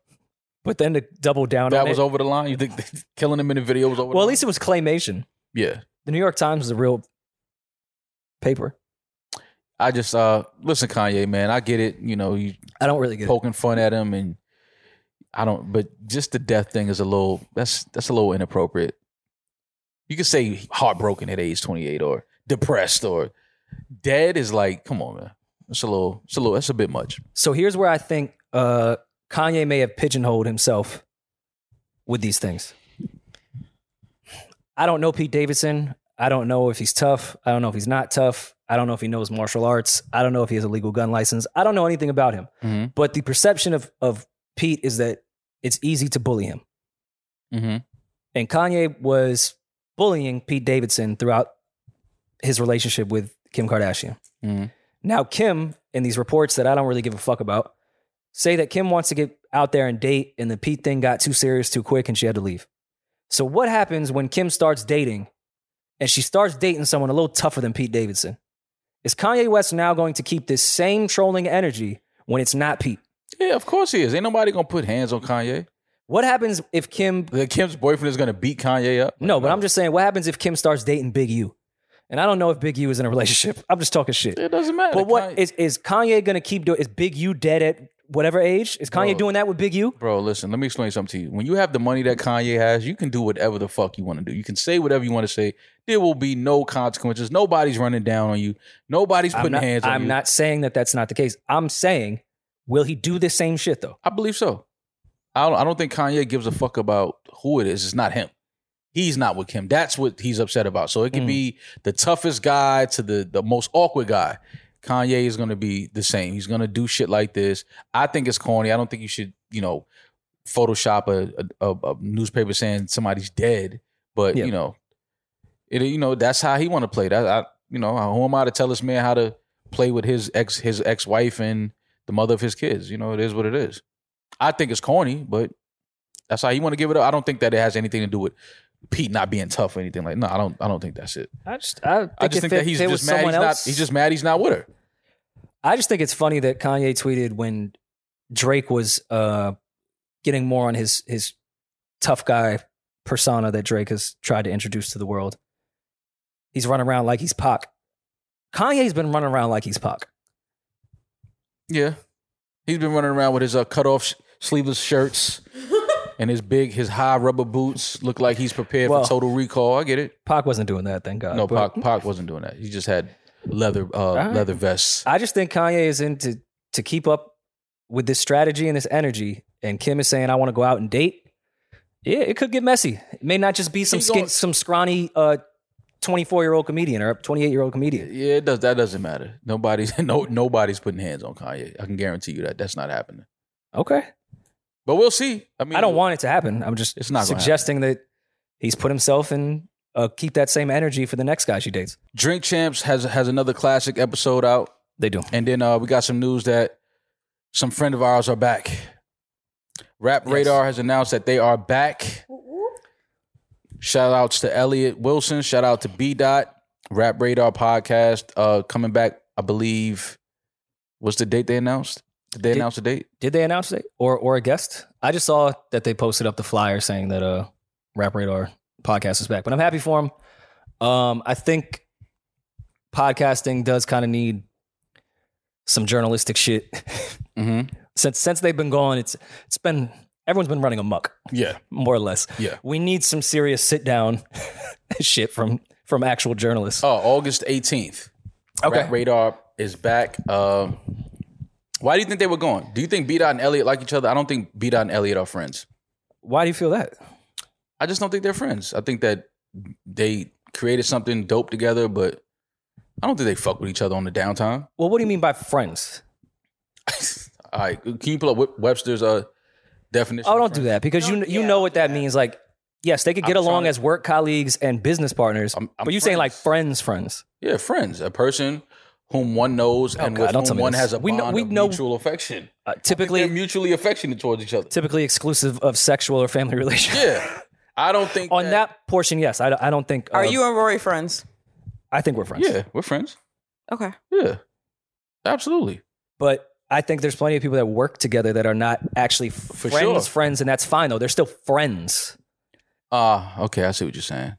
But then to double down that on was it, over the line. You think that killing him in the video was over? well, the at line? least it was claymation. yeah. The New York Times was a real paper. I just uh listen, Kanye, man. I get it. You know, you I don't really get it. poking fun at him, and I don't. But just the death thing is a little. That's that's a little inappropriate. You could say heartbroken at age twenty eight, or depressed, or dead is like, come on, man. It's a little. It's a little. That's a bit much. So here's where I think uh, Kanye may have pigeonholed himself with these things. I don't know Pete Davidson. I don't know if he's tough. I don't know if he's not tough. I don't know if he knows martial arts. I don't know if he has a legal gun license. I don't know anything about him. Mm-hmm. But the perception of, of Pete is that it's easy to bully him. Mm-hmm. And Kanye was bullying Pete Davidson throughout his relationship with Kim Kardashian. Mhm. Now, Kim, in these reports that I don't really give a fuck about, say that Kim wants to get out there and date, and the Pete thing got too serious too quick and she had to leave. So, what happens when Kim starts dating and she starts dating someone a little tougher than Pete Davidson? Is Kanye West now going to keep this same trolling energy when it's not Pete? Yeah, of course he is. Ain't nobody gonna put hands on Kanye. What happens if Kim Like, Kim's boyfriend is gonna beat Kanye up. No, but I'm just saying, what happens if Kim starts dating Big U? And I don't know if Big U is in a relationship. I'm just talking shit. It doesn't matter. But what Kanye- is is Kanye gonna keep doing? Is Big U dead at whatever age? Is Kanye Bro. doing that with Big U? Bro, listen, let me explain something to you. When you have the money that Kanye has, you can do whatever the fuck you want to do. You can say whatever you want to say. There will be no consequences. Nobody's running down on you. Nobody's putting I'm not, hands on I'm you. not saying that that's not the case. I'm saying, will he do the same shit though? I believe so. I don't, I don't think Kanye gives a fuck about who it is. It's not him. He's not with Kim. That's what he's upset about. So it could Mm. be the toughest guy to the, the most awkward guy. Kanye is going to be the same. He's going to do shit like this. I think it's corny. I don't think you should, you know, Photoshop a, a, a- a newspaper saying somebody's dead. But Yeah. you know, it you know that's how he want to play. That I, you know, who am I to tell this man how to play with his ex his ex wife and the mother of his kids? You know, it is what it is. I think it's corny, but that's how you want to give it up. I don't think that it has anything to do with Pete not being tough or anything like. No, I don't. I don't think that's it. I just I, I just if think it- that he's if it was just mad. someone He's not. else- He's just mad. He's not with her. I just think it's funny that Kanye tweeted when Drake was uh, getting more on his his tough guy persona that Drake has tried to introduce to the world. He's running around like he's Pac. Kanye's been running around like he's Pac. Yeah, he's been running around with his uh, cut off sh- sleeveless shirts and his big, his high rubber boots. Look like he's prepared Well- for total recall. I get it. Pac wasn't doing that, thank God. no, but Pac, Pac wasn't doing that. He just had leather uh, right. leather vests. I just think Kanye is in to, to keep up with this strategy and this energy. And Kim is saying, I want to go out and date. Yeah, it could get messy. It may not just be some He's skin, gonna- some scrawny uh, 24 year old comedian or 28 year old comedian. yeah, it does. That doesn't matter. Nobody's no nobody's putting hands on Kanye. I can guarantee you that that's not happening. Okay. But we'll see. I mean, I don't want it to happen. I'm just It's not gonna suggesting that he's put himself in uh, keep that same energy for the next guy she dates. Drink Champs has has another classic episode out. They do. And then uh, we got some news that some friend of ours are back. Rap Yes. Radar has announced that they are back. Shout outs to Elliot Wilson. Shout out to B Dot. Rap Radar podcast uh, coming back, I believe. What's the date they announced? Did they Did- announce the date? Did they announce it or or a guest? I just saw that they posted up the flyer saying that uh Rap Radar podcast is back, but I'm happy for him. Um, I think podcasting does kind of need some journalistic shit Mm-hmm. since since they've been gone. It's it's been everyone's been running amok Yeah. more or less. Yeah. we need some serious sit down shit from from actual journalists. Oh, August 18th. Okay. Rap Radar is back. Um, why do you think they were going? Do you think B Dot and Elliot like each other? I don't think B Dot and Elliot are friends. Why do you feel that? I just don't think they're friends. I think that they created something dope together, but I don't think they fuck with each other on the downtime. Well, what do you mean by friends? All right, can you pull up Web- Webster's uh, definition? Oh, of don't do friends? that because you Don't- you yeah, know don't what do that that. means. Like, yes, they could get I'm along trying to- as work colleagues and business partners, I'm- I'm but you're saying like friends. friends, friends. Yeah, friends. A person whom one knows and Oh, God, with don't tell whom me one this. has a We bond know- we of know- mutual affection. Uh, They're typically, mutually affectionate towards each other. typically exclusive of sexual or family relations. Yeah, I don't think On that portion, yes, I, I don't think. Are uh, you and Rory friends? I think we're friends. Yeah, we're friends. Okay. Yeah, absolutely. But I think there's plenty of people that work together that are not actually friends, sure. friends, and that's fine though. They're still friends. Ah, okay, I see what you're saying.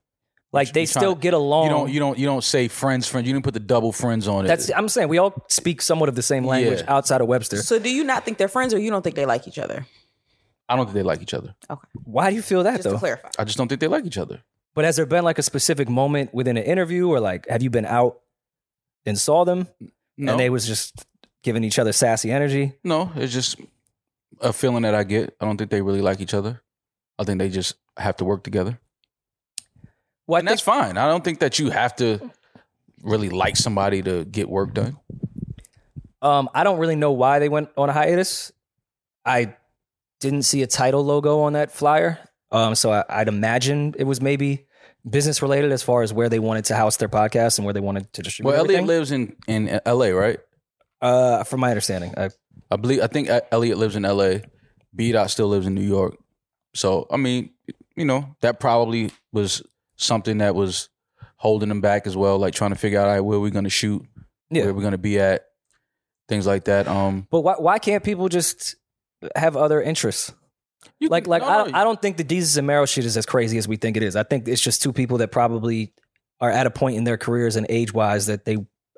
Like You they tryna- still get along. you don't, you don't, you don't say friends, friends. You didn't put the double friends on it. Um, that's I'm saying we all speak somewhat of the same language Yeah. outside of Webster. So do you not think they're friends, or you don't think they like each other? I don't think they like each other. Why do you feel that Just to though? clarify. I just don't think they like each other. But has there been like a specific moment within an interview or like have you been out and saw them No, and they was just giving each other sassy energy? no. It's just a feeling that I get. I don't think they really like each other. I think they just have to work together, Well, I and that's think- fine. I don't think that you have to really like somebody to get work done. Um, I don't really know why they went on a hiatus. I didn't see a title logo on that flyer. Um, so I, I'd imagine it was maybe business related as far as where they wanted to house their podcast and where they wanted to distribute Well, Elliot everything. lives in in L.A., right? uh, from my understanding, I, I believe I think E-, Elliot lives in L.A. B. Dot still lives in New York. So I mean, you know, that probably was something that was holding them back as well, like trying to figure out all right, where we're going to shoot, yeah. where we're going to be at, things like that. Um, But why why can't people just have other interests? you- Like like no, I don't no, I don't think the Jesus and Meryl shit is as crazy as we think it is. I think it's just two people that probably are at a point in their careers and age wise that they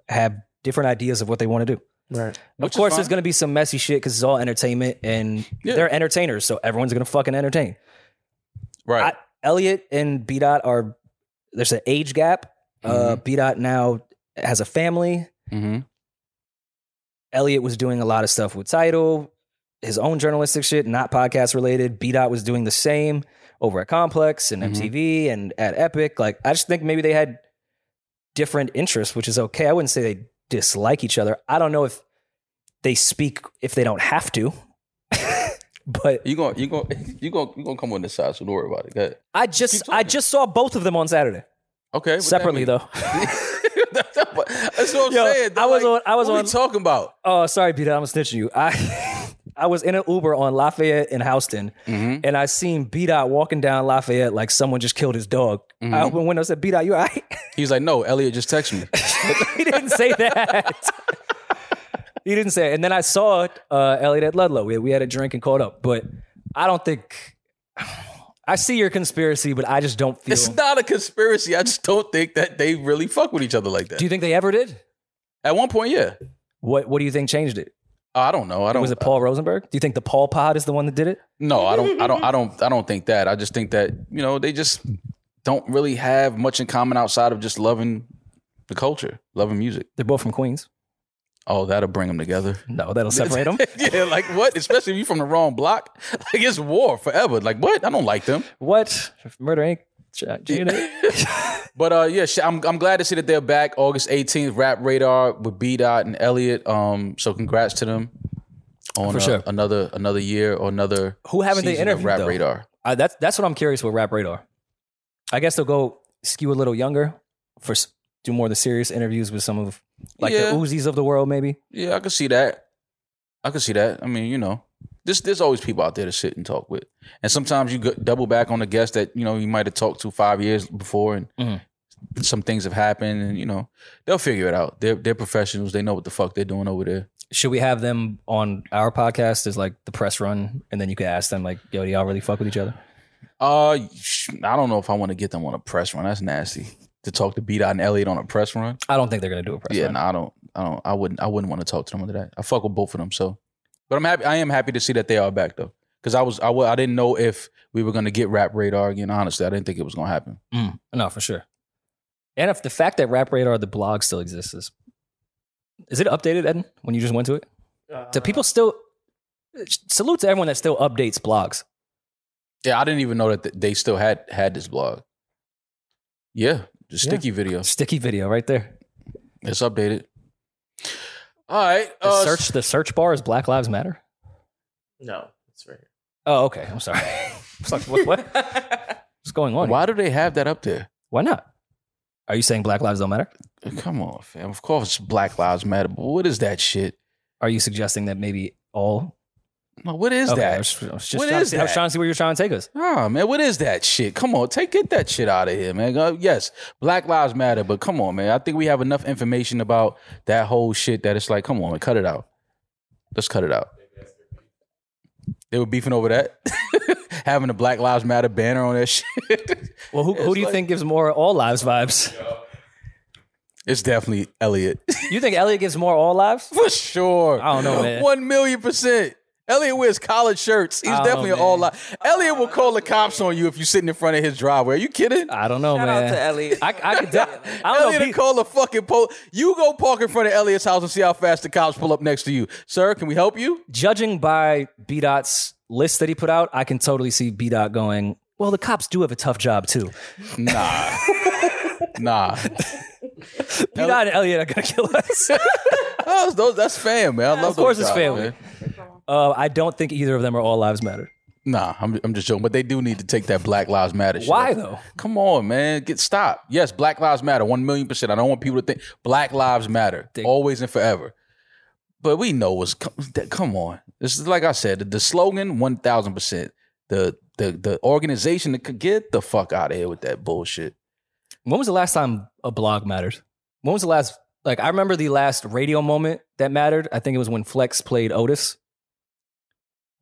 have different ideas of what they want to do. Right. which of is course, there's fine. going to be some messy shit because it's all entertainment and Yeah. they're entertainers, so everyone's going to fucking entertain. right. Elliot and B Dot are there's an age gap. Mm-hmm. Uh, B Dot now has a family. hmm Elliot was doing a lot of stuff with Title, his own journalistic shit, not podcast related. B Dot was doing the same over at Complex and Mhm. MTV and at Epic. Like, I just think maybe they had different interests, which is okay. I wouldn't say they dislike each other. I don't know if they speak if they don't have to, but You going you going you going you going to come on this side, so don't worry about it. Go ahead. I just Keep talking. I just saw both of them on Saturday Okay. what that separately mean? though. That's what I'm Yo, saying. I was on- I was what on- We talking about. Oh, sorry, Peter, I'm snitching you. I I was in an Uber on Lafayette in Houston, Mhm. and I seen B Dot walking down Lafayette like someone just killed his dog. I opened the window and said, B Dot, you all right? He's like, no, Elliot just texted me. he didn't say that. he didn't say it. And then I saw uh, Elliot at Ludlow. We, we had a drink and caught up. But I don't think I see your conspiracy, but I just don't feel. It's not a conspiracy. I just don't think that they really fuck with each other like that. do you think they ever did? At one point, yeah. Oh, What What do you think changed it? I don't know. I don't. Was it Paul Rosenberg? Do you think the Paul Pod is the one that did it? No, I don't. I don't. I don't. I don't think that. I just think that you know they just don't really have much in common outside of just loving the culture, loving music. They're both from Queens. Oh, that'll bring them together. No, that'll separate them. yeah, like what? Especially if you're from the wrong block. Like it's war forever. Like what? I don't like them. What? Murder Inc. Ch- uh, Gina? But uh, yeah, sh- I'm I'm glad to see that they're back. August 18th, Rap Radar with B Dot and Elliot. Um, so congrats to them on For uh, sure. another another year or another. Who haven't they season of interviewed, Rap though? Radar. Uh, that's that's what I'm curious with Rap Radar. I guess they'll go skew a little younger for s- do more of the serious interviews with some of like Yeah. the Uzis of the world, maybe. Yeah, I could see that. I could see that. I mean, you know, there's there's always people out there to sit and talk with, and sometimes you go, double back on the guest that you know you might have talked to five years before, and Mhm. some things have happened, and you know they'll figure it out. They're they're professionals. They know what the fuck they're doing over there. Should we have them on our podcast as like the press run, and then you could ask them like, "Yo, do y'all really fuck with each other?" Uh, sh- I don't know if I want to get them on a press run. That's nasty to talk to B Dot and Elliot on a press run. I don't think they're gonna do a press yeah, run. no, I don't. I don't. I wouldn't. I wouldn't want to talk to them under that. I fuck with both of them. So, but I'm happy. I am happy to see that they are back though, because I was. I w- I didn't know if we were gonna get Rap Radar again. Honestly, I didn't think it was gonna happen. Mm, no, for sure. And if the fact that Rap Radar, the blog, still exists is is it updated, Eden? When you just went to it, Uh, do Uh, people still salute to everyone that still updates blogs? Yeah, I didn't even know that th- they still had had this blog. Yeah, the Yeah. sticky video. Sticky video right there. It's updated. All right. The uh, search the search bar is Black Lives Matter. No, it's right. Oh, okay. I'm sorry. I was like, what, what? What's going on? Why? Why do they have that up there? Why not? Are you saying Black Lives don't matter? Come on, fam. Of course, Black Lives Matter. But what is that shit? Are you suggesting that maybe all Like, what is Okay, I that? was, I was just What trying, is to, I was that? trying to see where you're trying to take us. Nah, man, what is that shit? Come on, take get that shit out of here, man. Uh, yes, Black Lives Matter, but come on, man. I think we have enough information about that whole shit that it's like, come on, cut it out. Let's cut it out. They were beefing over that, having a Black Lives Matter banner on that shit. Well, who, who It's do you like- think gives more all lives vibes? it's definitely Elliot You think Elliot gives more all lives? for sure. I don't know, man. One million percent. Elliot wears collared shirts. He's I don't definitely know, an all man. out. Elliot will call the cops on you if you're sitting in front of his driveway. Are you kidding? I don't know, Shout man. out to Elliot. I, I could. tell- I don't Elliot know. will Pe- call the fucking po You go park in front of Elliot's house and see how fast the cops pull up next to you. Sir, can we help you? judging by B Dot's list that he put out, I can totally see B Dot going. Well, the cops do have a tough job too. Nah. nah. B Dot and Elliot are gonna kill us. Those, those, that's fam, man. I love of course those it's guys, family. man. uh, I don't think either of them are all lives matter. Nah, I'm, I'm just joking. But they do need to take that Black Lives Matter shit. Why off. though? Come on, man. Get stop. Yes, Black Lives Matter. One million percent. I don't want people to think Black Lives Matter. They- always and forever. But we know what's co- that- come on. This is like I said, the, the slogan, one thousand percent. The the the organization that could get the fuck out of here with that bullshit. When was the last time a blog mattered? When was the last like I remember the last radio moment that mattered? I think it was when Flex played Otis.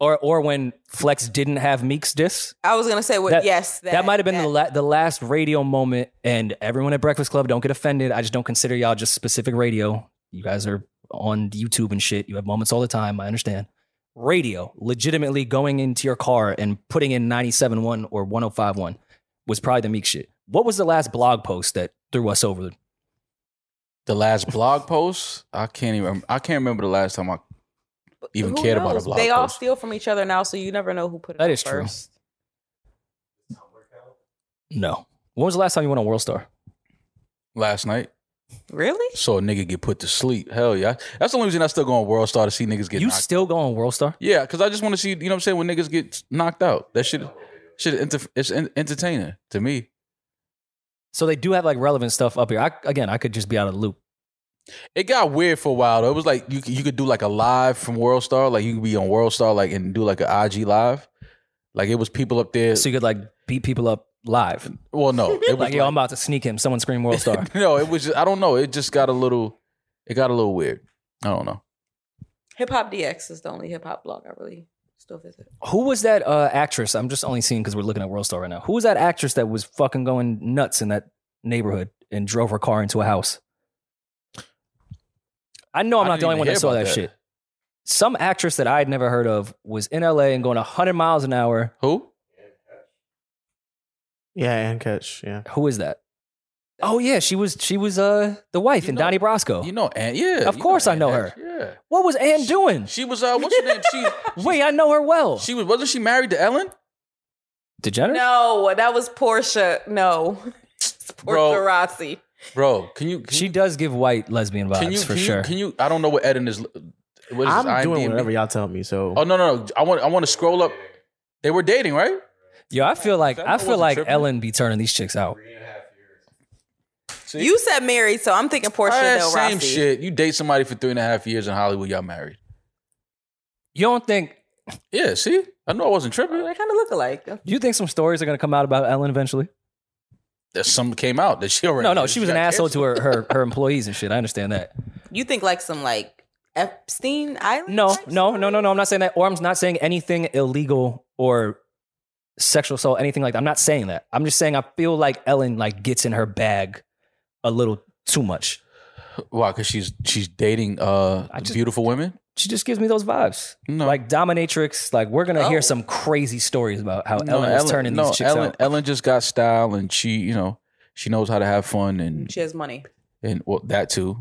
Or or when Flex didn't have Meek's diss. I was gonna say what? That- yes, That, might have been the la- the last radio moment and everyone at Breakfast Club don't get offended. I just don't consider y'all just specific radio. You guys are on YouTube and shit. You have moments all the time, I understand. Radio, legitimately going into your car and putting in 97.1 or 105.1 was probably the Meek shit. What was the last blog post that threw us over? The last blog post, I can't even I can't remember the last time I even Who cared about a knows? blog They post. all steal from each other now, so you never know who put it. That out is true. first. No. When was the last time you went on World Star? last night. really. Saw a nigga get put to sleep. Hell yeah. That's the only reason I still go on World Star to see niggas get You knocked still go on World Star? Yeah, because I just want to see, you know what I'm saying, when niggas get knocked out. That shit, shit enter- it's en- entertaining to me. So they do have like relevant stuff up here. I, again, I could just be out of the loop. It got weird for a while, though. It was like you, c- you could do like a live from World Star, like you could be on World Star, like and do like an IG live. Like it was people up there. So you could like beat people up live. well, no, it was Like, yo, I'm about to sneak him. Someone scream World Star. no, it was. Just, I don't know. It just got a little. It got a little weird. I don't know. Hip Hop DX is the only hip hop blog I really still visit. Who was that uh, actress? I'm just only seeing because we're looking at World Star right now. Who was that actress that was fucking going nuts in that neighborhood and drove her car into a house? I know Oh, I'm I not didn't the only even one that hear saw about that, that. shit. Some actress that I had never heard of was in LA and going 100 miles an hour. Who? Yeah, and catch. Yeah. Who is that? Oh yeah, she was she was uh the wife You in know- Donnie Brasco. You know, Aunt. Yeah, Oh. Of you course I Aunt know Hatch, Yeah, what was Ann doing? she was. Uh, what's her name? She, Wait, I know her well. she was. Wasn't she married to Ellen? DeGeneres? No, that was Portia. No, It's Bro. Portia Rossi. Bro, can you? Can She you, does give white lesbian vibes can you, for can sure. You, can you? I don't know what Eden is. What is I'm this, doing IMDb? whatever y'all tell me. So Oh no no no! I want I want to scroll up. They were dating, right? Yo, I feel like That I one feel wasn't like tripping. Ellen be turning these chicks out. You said married, so I'm thinking Portia Ah, Del same Rossi. shit. You date somebody for three and a half years in Hollywood, y'all married. You don't think Yeah, see, I know I wasn't tripping. They kind of look alike. you think some stories are gonna come out about Ellen eventually? That some came out that she already. No, no, she was an asshole to her, her her employees and shit. I understand that. You think like some like Epstein Island? No, type no, shit? no, no, no. I'm not saying that. Or I'm not saying anything illegal or sexual assault, anything like that. I'm not saying that. I'm just saying I feel like Ellen like gets in her bag a little too much. Why? Because she's she's dating uh I just- beautiful women. She just gives me those vibes. No, Like dominatrix, like we're gonna Oh. hear some crazy stories about how no, Ellen is turning no, these chicks Ellen, out. Ellen just got style, and she you know she knows how to have fun, and Mm, She has money. and well that too.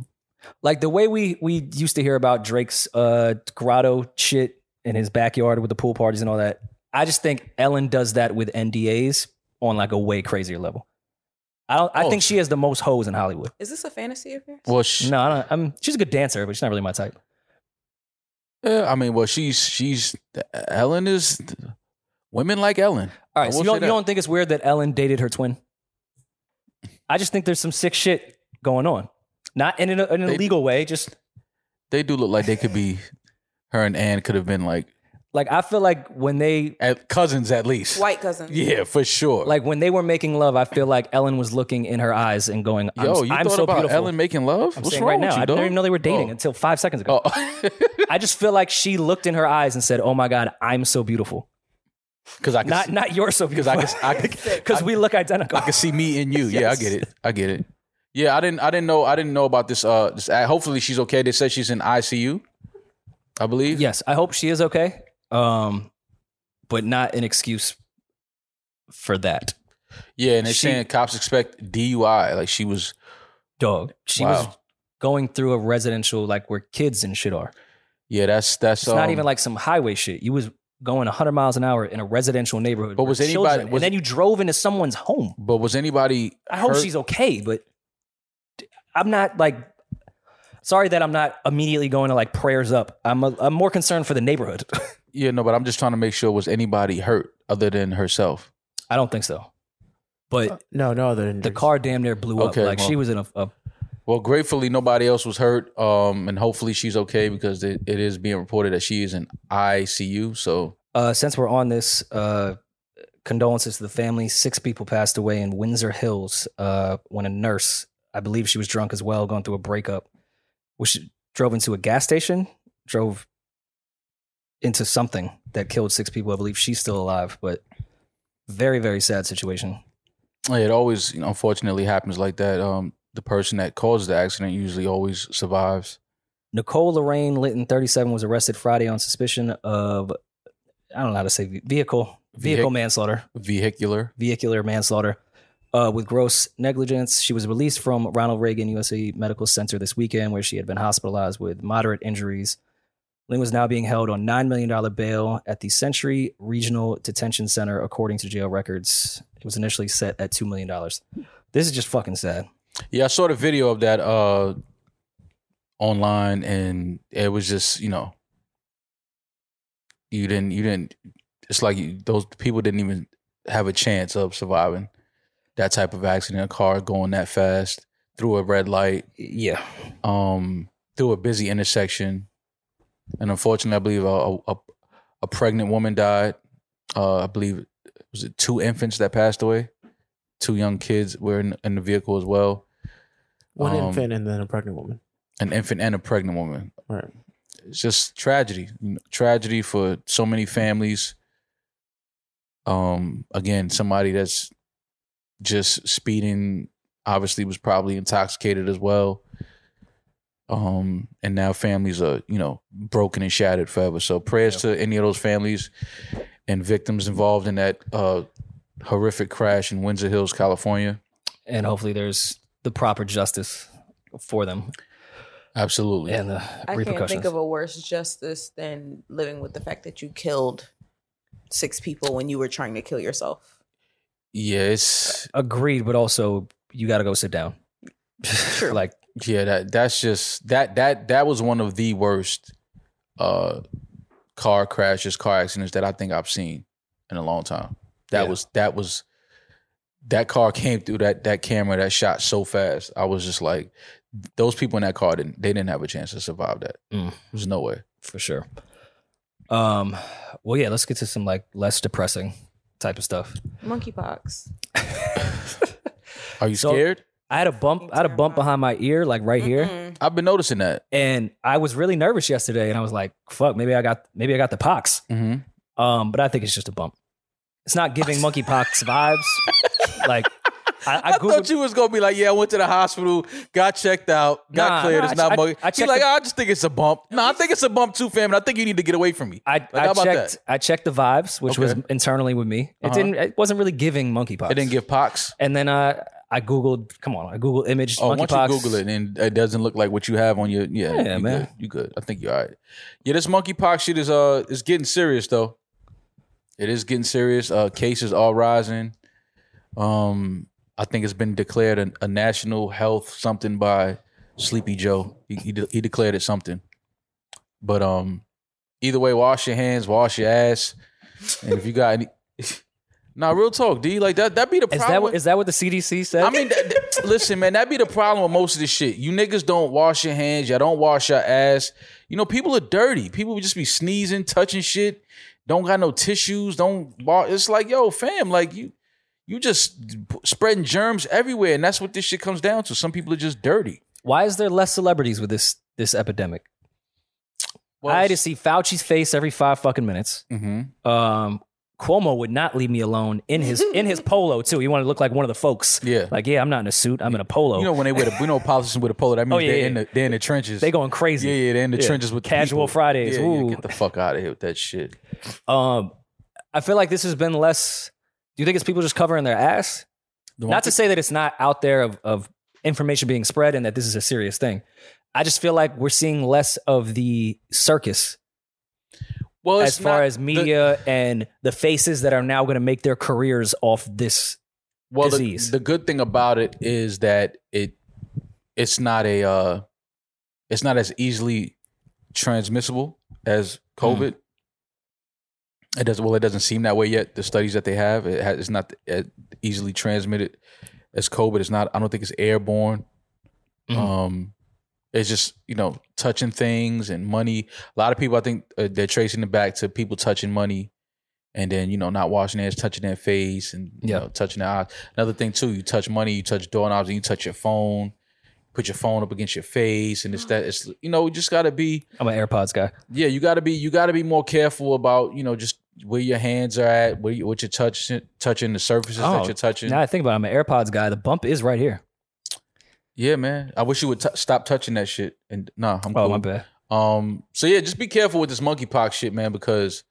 like the way we we used to hear about Drake's uh grotto shit in his backyard with the pool parties and all that. I just think Ellen does that with NDAs on like a way crazier level. I don't. I Oh. think she has the most hoes in Hollywood. Is this a fantasy of yours? Well, she, No, I don't, I'm. She's a good dancer, but she's not really my type. Yeah, I mean, well, she's she's Ellen is women like Ellen. All I right, so will you don't, say you that. don't think it's weird that Ellen dated her twin? I just think there's some sick shit going on, not in an, in an They- illegal way, just They do look like they could be. Her and Ann could have been like Like I feel like when they At cousins, at least. White cousin. Yeah, for sure. like when they were making love, I feel like Ellen was looking in her eyes and going, I'm, yo, you I'm thought so about beautiful. Ellen making love? I'm What's saying wrong right now, with you, I didn't dog? even know they were dating Oh. until five seconds ago. Oh, I just feel like she looked in her eyes and said, "Oh my God, I'm so beautiful." because I Not can not you're so because beautiful. I can I can, because we look identical. I can see me in you. Yeah, I Yes. get it. I get it. Yeah, I didn't I didn't know I didn't know about this. Uh, this, uh, hopefully she's okay. They said she's in ICU, I believe. yes, I hope she is okay. Um, but not an excuse for that. yeah. And they're She- saying cops expect DUI. Like she was. Dog. She was Wow. going through a residential like where kids and shit are. Yeah, that's that's It's not um, even like some highway shit. You was going 100 miles an hour in a residential neighborhood. But with was anybody- children, was- and then you drove into someone's home. But was anybody? I hope hurt? she's okay, but I'm not like sorry that I'm not immediately going to like prayers up. I'm a, I'm more concerned for the neighborhood. Yeah, no. But I'm just trying to make sure was anybody hurt other than herself. I don't think so. But Uh, No, no other the car damn near blew up. Okay, like she well- was in a, a Well, gratefully nobody else was hurt, um, and hopefully she's okay because it, it is being reported that she is in ICU. So uh, since we're on this, uh, condolences to the family. Six people passed away in Windsor Hills uh, when a nurse, I believe she was drunk as well, going through a breakup, which drove into a gas station, drove into something that killed six people. I believe she's still alive, but very, very sad situation. it always, you know, unfortunately happens like that. Um, the person that caused the accident usually always survives. Nicole Lorraine Litton, 37, was arrested Friday on suspicion of, I don't know how to say, vehicle, vehicle Vehic- manslaughter. Vehicular. vehicular manslaughter uh, with gross negligence. She was released from Ronald Reagan USA Medical Center this weekend, where she had been hospitalized with moderate injuries. Ling was now being held on $9 million bail at the Century Regional Detention Center, according to jail records. It was initially set at $2 million. This is just fucking sad. Yeah, I saw the video of that uh, online, and it was just you know, you didn't, you didn't. It's like you, those people didn't even have a chance of surviving that type of accident. A car going that fast through a red light, Yeah. um, through a busy intersection, and unfortunately, I believe a a, a pregnant woman died. Uh, I believe was it two infants that passed away. Two young kids were in, in the vehicle as well one um, infant and then a pregnant woman. an infant and a pregnant woman. Right. It's just tragedy, you know, tragedy for so many families. Um, again, somebody that's just speeding obviously was probably intoxicated as well. Um, and now families are you know broken and shattered forever. So prayers to any of those families and victims involved in that uh, horrific crash in Windsor Hills, California. And hopefully there's the proper justice for them Absolutely. and the I can't repercussions. think of a worse justice than living with the fact that you killed six people when you were trying to kill yourself. Yes. Agreed, but also you got to go sit down. True. like, Yeah, that that's just that that that was one of the worst uh car crashes, car accidents that I think I've seen in a long time. That Yeah. was that was that car came through that that camera that shot so fast. I was just like those people in that car didn't they didn't have a chance to survive that. Mm. There's no way. for sure. Um, well, yeah, let's get to some like less depressing type of stuff. Monkeypox. Are you So- scared? I had a bump, I had a bump behind my ear, like right here, Mm-mm. I've been noticing that. and I was really nervous yesterday, and I was like, "Fuck, maybe I got, maybe I got the pox." Mm-hmm. Um, but I think it's just a bump. It's not giving monkeypox vibes. Like, I, I, I, googled. thought you was gonna be like, yeah, I went to the hospital, got checked out, got Nah, cleared. nah, it's I- not. I- mo- I He's checked like, "Ah, the- I just think it's a bump. No, I think it's a bump too, fam. And I think you need to get away from me. I, I how about checked. that? I checked the vibes, which was Okay. internally with me. It Uh-huh. didn't. It wasn't really giving monkeypox. It didn't give pox. And then uh, I googled. Come on, I googled image Oh, once monkeypox. you Google it and it doesn't look like what you have on your yeah, Yeah, you man. Good. You good? I think you're all right. Yeah, this monkeypox shit is uh is getting serious though. It is getting serious. Uh, cases all rising. Um, I think it's been declared a, a national health something by Sleepy Joe. He he, de- he declared it something. But um, either way, wash your hands, wash your ass, and if you got any. Now, real talk, D. Like that. That be the Is problem. that what is that what the CDC said? I mean, that, that- listen, man, that be the problem with most of this shit. You niggas don't wash your hands. Y'all don't wash your ass. You know, people are dirty. People would just be sneezing, touching shit. Don't got no tissues. Don't. wa- It's like, yo, fam, like you, you just p- spreading germs everywhere, and that's what this shit comes down to. Some people are just dirty. Why is there less celebrities with this this epidemic? I had to see Fauci's face every five fucking minutes. hmm Um, Cuomo would not leave me alone in his in his polo too. He wanted to look like one of the folks. Yeah. Like, yeah, I'm not in a suit. I'm in a polo. You know when they wear the we know politicians with a polo, that means Oh, yeah, they're yeah. in the they're in the trenches. they going crazy. yeah, yeah, they're in the Yeah. trenches with the Casual people. Fridays. Yeah, Ooh. yeah, get the fuck out of here with that shit. Um, I feel like this has been less. Do you think it's people just covering their ass? Not to say that it's not out there of, of information being spread and that this is a serious thing. I just feel like we're seeing less of the circus well, as it's far not- as the- media and the faces that are now going to make their careers off this. well, the- disease. The, good thing about it is that it it's not a uh it's not as easily transmissible as Hmm. COVID. It doesn't well, it doesn't seem that way yet. The studies that they have, it has, it's not uh, easily transmitted as COVID. It's not. I don't think it's airborne. Mhm. Um, it's just you know touching things and money. A lot of people, I think, uh, they're tracing it back to people touching money, and then you know not washing their hands, touching their face, and you Yeah. know touching their eyes. Another thing too, you touch money, you touch doorknobs, and you touch your phone. Put your phone up against your face, and it's that. It's you know, you just gotta be. I'm an AirPods guy. Yeah, you gotta be. You gotta be more careful about you know just where your hands are at, where you, what you're touching, touching the surfaces Oh, that you're touching. Now I think about it, I'm an AirPods guy. The bump is right here. Yeah, man. I wish you would t- stop touching that shit. And nah, I'm Oh, cool. my bad. Um. So yeah, just be careful with this monkeypox shit, man. Because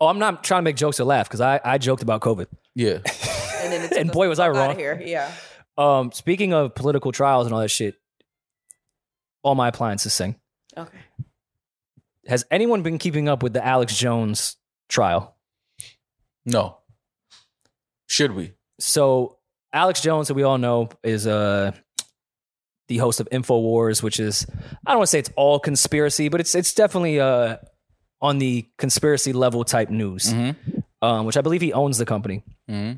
Oh, I'm not trying to make jokes or laugh because I, I joked about COVID. yeah, And then it And took boy, was us I the fuck outta wrong. Here, yeah. Um, speaking of political trials and all that shit, all my appliances sing. Okay. Has anyone been keeping up with the Alex Jones trial? no. Should we? So Alex Jones, that we all know, is uh the host of InfoWars, which is I don't want to say it's all conspiracy, but it's it's definitely uh on the conspiracy level type news, Mm-hmm. um, which I believe he owns the company. Mm-hmm.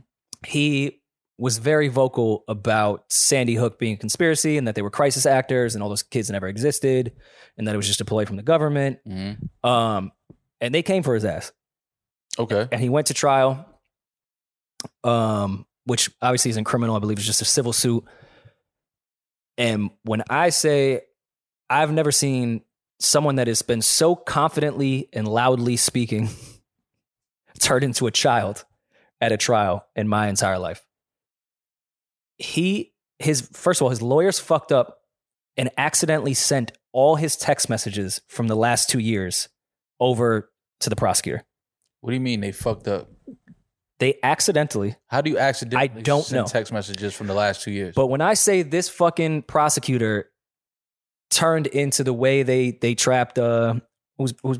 he was very vocal about Sandy Hook being a conspiracy and that they were crisis actors and all those kids never existed and that it was just a ploy from the government. Mm-hmm. Um, and they came for his ass Okay. and he went to trial, um, which obviously isn't criminal. I believe it's just a civil suit. And when I say I've never seen someone that has been so confidently and loudly speaking turned into a child at a trial in my entire life. He, his, first of all, his lawyers fucked up and accidentally sent all his text messages from the last two years over to the prosecutor What do you mean they fucked up? they accidentally How do you accidentally? I don't send know. Text messages from the last two years. but when i say this fucking prosecutor turned into the way they they trapped uh who's who's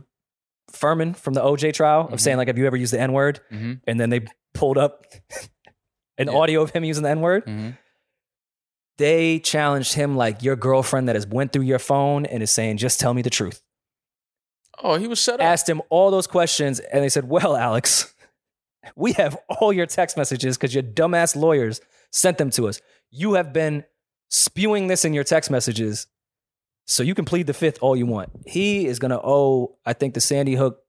Furman from the OJ trial Mhm. of saying like have you ever used the n word Mhm. and then they pulled up an Yeah. audio of him using the n word Mhm. they challenged him like your girlfriend that has went through your phone and is saying just tell me the truth oh, he was set up. asked him all those questions and they said, Well, Alex, we have all your text messages because your dumbass lawyers sent them to us. You have been spewing this in your text messages. So you can plead the fifth all you want. He is going to owe, I think, the Sandy Hook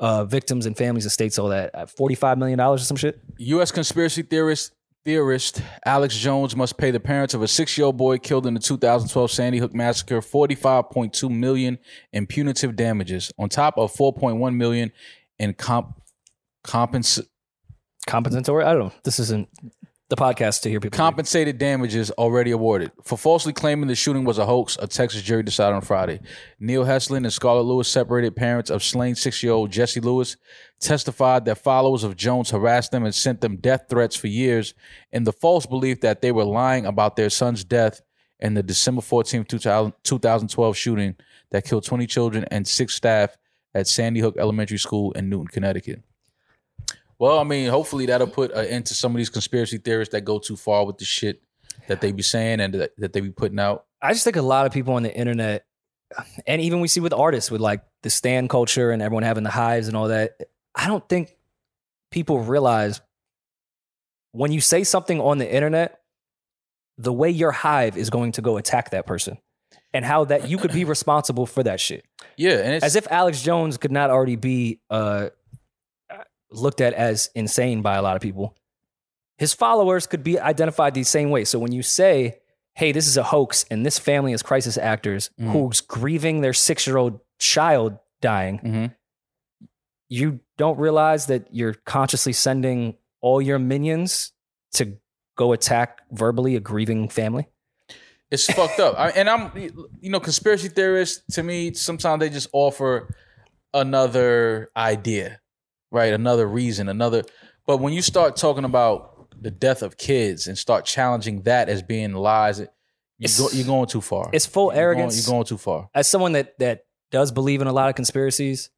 uh, victims and families, estates, all that, uh, $45 million or some shit. U.S. conspiracy theorist theorist Alex Jones must pay the parents of a six-year-old boy killed in the 2012 Sandy Hook massacre 45.2 million in punitive damages, on top of 4.1 million in comp compens- Compensatory? I don't know. This isn't the podcast to hear people. compensated damages already awarded for falsely claiming the shooting was a hoax. A Texas jury decided on Friday. Neil Heslin and Scarlett Lewis, separated parents of slain six-year-old Jesse Lewis, testified that followers of Jones harassed them and sent them death threats for years in the false belief that they were lying about their son's death in the December 14, 2000 2012 shooting that killed 20 children and six staff at Sandy Hook Elementary School in Newton, Connecticut. Well, I mean, hopefully that'll put an end to some of these conspiracy theorists that go too far with the shit that they be saying and that, that they be putting out. I just think a lot of people on the internet, and even we see with artists with like the stand culture and everyone having the hives and all that. I don't think people realize when you say something on the internet, the way your hive is going to go attack that person and how that you could be responsible for that shit. Yeah, and it's As if Alex Jones could not already be uh, looked at as insane by a lot of people. His followers could be identified the same way. So when you say, hey, this is a hoax and this family is crisis actors Mhm. who's grieving their six year old child dying, Mhm. you don't realize that you're consciously sending all your minions to go attack verbally a grieving family. it's fucked up. I, and I'm you know conspiracy theorists to me sometimes they just offer another idea, right? Another reason, another. But when you start talking about the death of kids and start challenging that as being lies, you It's- go, you're going too far. It's full You're going- arrogance. You're going too far. As someone that that does believe in a lot of conspiracies,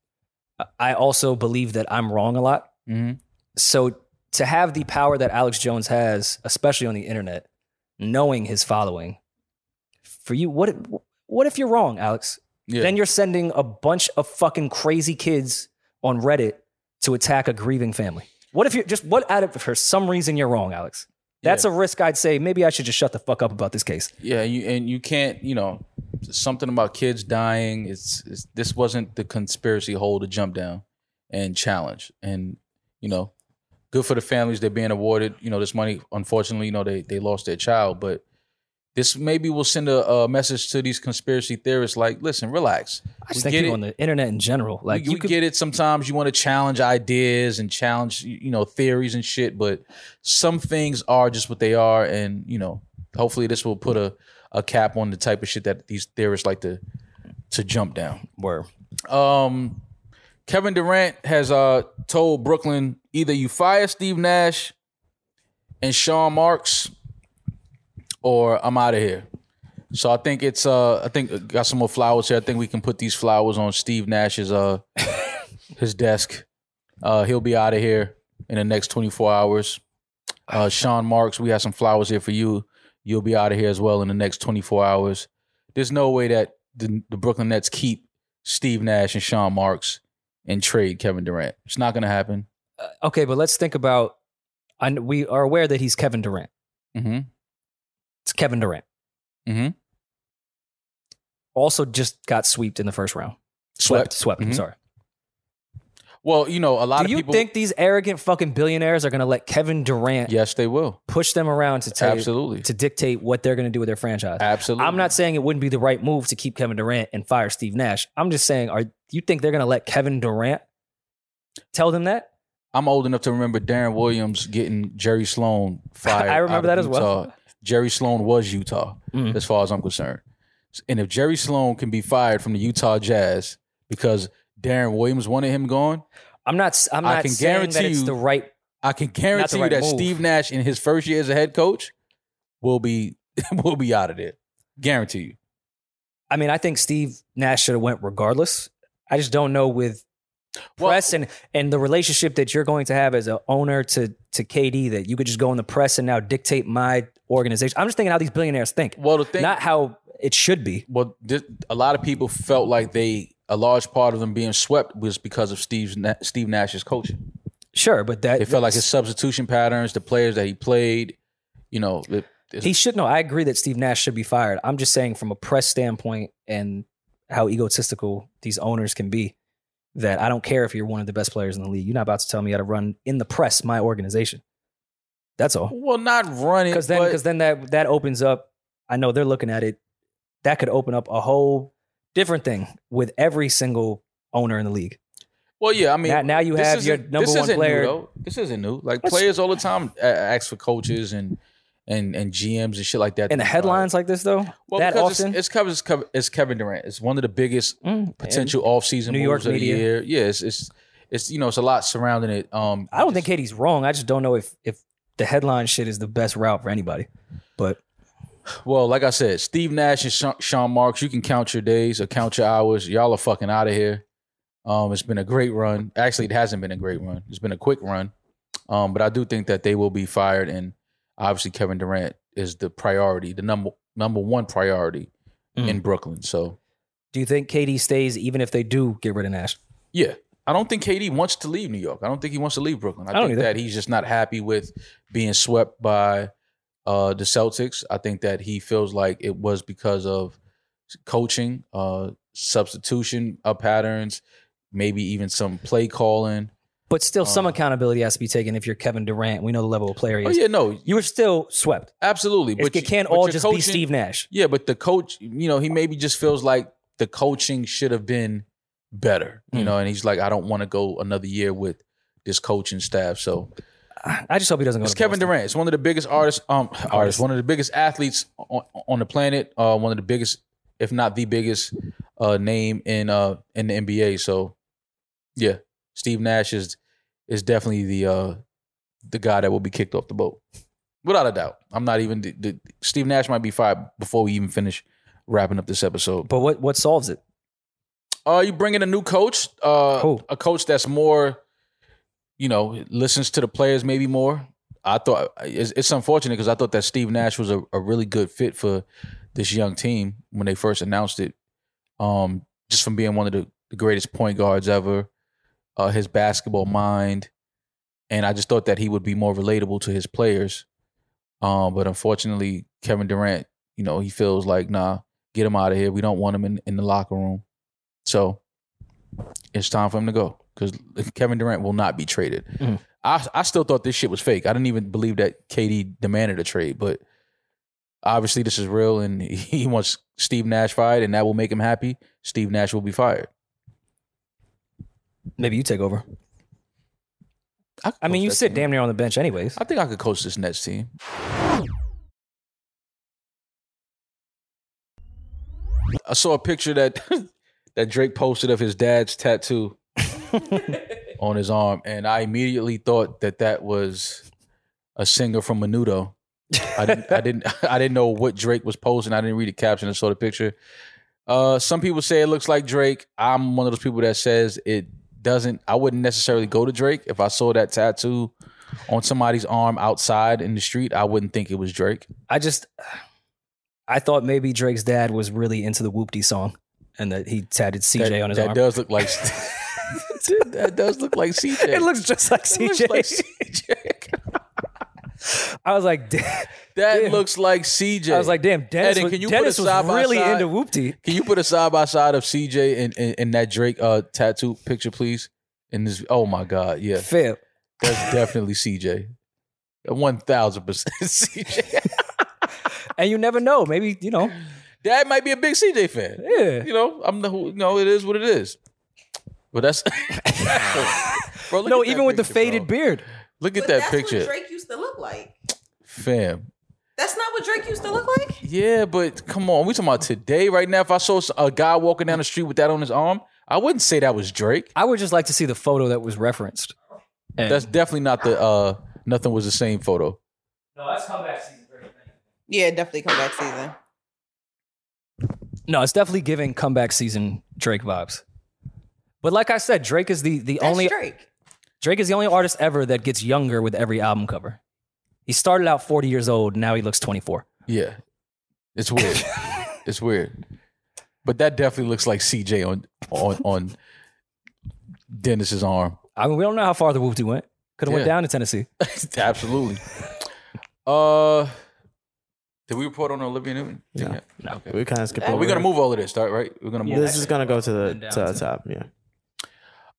I also believe that I'm wrong a lot. hmm So to have the power that Alex Jones has, especially on the internet, knowing his following, for you, what what if you're wrong, Alex? Yeah. Then you're sending a bunch of fucking crazy kids on Reddit to attack a grieving family. What if you're just what out of for some reason you're wrong, Alex? That's Yeah. a risk I'd say maybe I should just shut the fuck up about this case. Yeah, you, and you can't, you know, something about kids dying. It's, it's this wasn't the conspiracy hole to jump down and challenge. And you know, good for the families they're being awarded. You know, this money. Unfortunately, you know, they they lost their child, but this maybe will send a, a message to these conspiracy theorists. Like, listen, relax. I just We think get people it. on the internet in general. Like we, you we could, get it sometimes you want to challenge ideas and challenge you you know theories and shit but some things are just what they are and you know hopefully this will put a, a cap on the type of shit that these theorists like to to jump down were. um kevin durant has uh told brooklyn either you fire steve nash and sean marks or i'm out of here so I think it's uh I think got some more flowers here. I think we can put these flowers on Steve Nash's uh his desk. Uh he'll be out of here in the next 24 hours. Uh Sean Marks, we have some flowers here for you. You'll be out of here as well in the next 24 hours. There's no way that the, the Brooklyn Nets keep Steve Nash and Sean Marks and trade Kevin Durant. It's not going to happen. Uh, okay, but let's think about. I, kn- we are aware that he's Kevin Durant. Mhm. It's Kevin Durant. Mhm. Also, just got sweeped in the first round. Swept, swept. I'm Mhm. sorry. Well, you know, a lot Do of you people think these arrogant fucking billionaires are going to let Kevin Durant Yes, they will. push them around to tell Absolutely. to dictate what they're going to do with their franchise? Absolutely. I'm not saying it wouldn't be the right move to keep Kevin Durant and fire Steve Nash. I'm just saying, are you think they're going to let Kevin Durant tell them that? I'm old enough to remember Darren Williams getting Jerry Sloan fired. I remember out that of as well. Utah. Jerry Sloan was Utah, Mm. as far as I'm concerned. And if Jerry Sloan can be fired from the Utah Jazz because Darren Williams wanted him gone, I'm not. s- I'm I not can saying that guarantee it's you- the right. I can guarantee right you that move. Steve Nash, in his first year as a head coach, will be will be out of there. Guarantee you. I mean, I think Steve Nash should have went regardless. I just don't know with Well- press and and the relationship that you're going to have as a owner to to KD that you could just go in the press and now dictate my organization. I'm just thinking how these billionaires think, Well, the thing, not how it should be. well, this, a lot of people felt like they a large part of them being swept was because of Steve's Na- Steve Nash's coaching. Sure, but that They felt like his substitution patterns, the players that he played, you know, it, it's- he should know. I agree that Steve Nash should be fired. I'm just saying from a press standpoint and how egotistical these owners can be. That I don't care if you're one of the best players in the league. You're not about to tell me how to run in the press my organization. That's all. well, not running because then because then that that opens up i know they're looking at it that could open up a whole different thing with every single owner in the league well, yeah, I mean, now, now you this have your isn't- number this one isn't new, player though. This isn't new. Like What's- players all the time a- ask for coaches and and and GMs and shit like that. in the Like, headlines like this though Well, that because often it's, it's Kevin, it's Kevin it's Kevin Durant. It's one of the biggest Mm, and potential offseason New moves York of the media. year. Yeah, it's, it's it's you know it's a lot surrounding it. Um, i don't think katie's wrong i just don't know if if the headline shit is the best route for anybody but Well, like I said, Steve Nash and Sha- Sean Marks, you can count your days or count your hours. Y'all are fucking out of here. Um, it's been a great run. Actually, it hasn't been a great run. It's been a quick run. Um, but I do think that they will be fired, and obviously Kevin Durant is the priority, the number number one priority Mm. in Brooklyn. So do you think katie stays even if they do get rid of nash yeah, I don't think KD wants to leave New York. I don't think he wants to leave Brooklyn. I, I don't think either. that he's just not happy with being swept by uh, the Celtics. I think that he feels like it was because of coaching, uh, substitution uh, patterns, maybe even some play calling. But still, some Uh, accountability has to be taken if you're Kevin Durant. We know the level of player he Oh is. yeah, no, You were still swept. absolutely. It, you- it can't but all your just be coaching- Steve Nash. Yeah, but the coach, you know, he maybe just feels like the coaching should have been better, you Mm. know, and he's like, I don't want to go another year with this coaching staff. So I just hope he doesn't go it's to Kevin Boston. Durant. It's one of the biggest artists, um, artists, one of the biggest athletes on, on the planet. Uh, one of the biggest, if not the biggest, uh, name in uh in the NBA. So yeah, Steve Nash is is definitely the uh the guy that will be kicked off the boat without a doubt. I'm not even the, the, Steve Nash might be fired before we even finish wrapping up this episode. But what, what solves it? Uh, you bring in a new coach, uh, Who? a coach that's more, you know, listens to the players maybe more. I thought it's, it's unfortunate because I thought that Steve Nash was a, a really good fit for this young team when they first announced it. Um, just from being one of the, the greatest point guards ever, uh, his basketball mind, and I just thought that he would be more relatable to his players. Um, but unfortunately, Kevin Durant, you know, he feels like, nah, get him out of here. We don't want him in, in the locker room. So it's time for him to go because Kevin Durant will not be traded. Mhm. I I still thought this shit was fake. I didn't even believe that KD demanded a trade, but obviously this is real, and he wants Steve Nash fired, and that will make him happy. Steve Nash will be fired. Maybe you take over. I, could I mean, coach you that sit team. damn near on the bench, anyways. I think I could coach this Nets team. I saw a picture that that Drake posted of his dad's tattoo on his arm, and I immediately thought that that was a singer from Menudo. I didn't, I didn't, I didn't know what Drake was posting. I didn't read the caption. I saw the picture. Uh, some people say it looks like Drake. I'm one of those people that says it doesn't. I wouldn't necessarily go to Drake if I saw that tattoo on somebody's arm outside in the street. I wouldn't think it was Drake. I just, I thought maybe Drake's dad was really into the Whoop-Dee song and that he tatted CJ that, on his that arm. does look like that does look like CJ. It looks just like It looks CJ. like CJ. I was like, da- That Damn. looks like CJ. I was like, damn, Dennis, Eddie, was, can you put Dennis a was side by really side? into Whoop-Dee. Can you put a side by side of CJ and, and, and that Drake uh, tattoo picture, please? In this, oh my God, yeah, Fib. that's definitely CJ, one thousand percent CJ. And you never know. Maybe, you know, Dad might be a big CJ fan. yeah. You know, I'm the who. No, it is what it is. But that's Bro, look no, at that even with the picture, bro. faded beard. Look But at that that's picture, What Drake used to look like. fam. That's not what Drake used to look like. Yeah, but come on, we talking about today, right now. If I saw a guy walking down the street with that on his arm, I wouldn't say that was Drake. I would just like to see the photo that was referenced. And- That's definitely not the uh nothing was the same photo. Yeah, definitely comeback season. no, it's definitely giving comeback season Drake vibes. But like I said, Drake is the, the That's only Drake. Drake is the only artist ever that gets younger with every album cover. He started out 40 years old, now he looks 24. Yeah. It's weird. it's weird. But that definitely looks like CJ on on on Dennis's arm. I mean, we don't know how far the Whoopty went. Could have went Yeah. down to Tennessee. Absolutely. Uh did we report on Olivia Newton? Yeah. We kind of skip. Well, But over Oh, we're gonna it. move all of this, all right? We're gonna move. This is gonna go to the And down to the to- top. Yeah.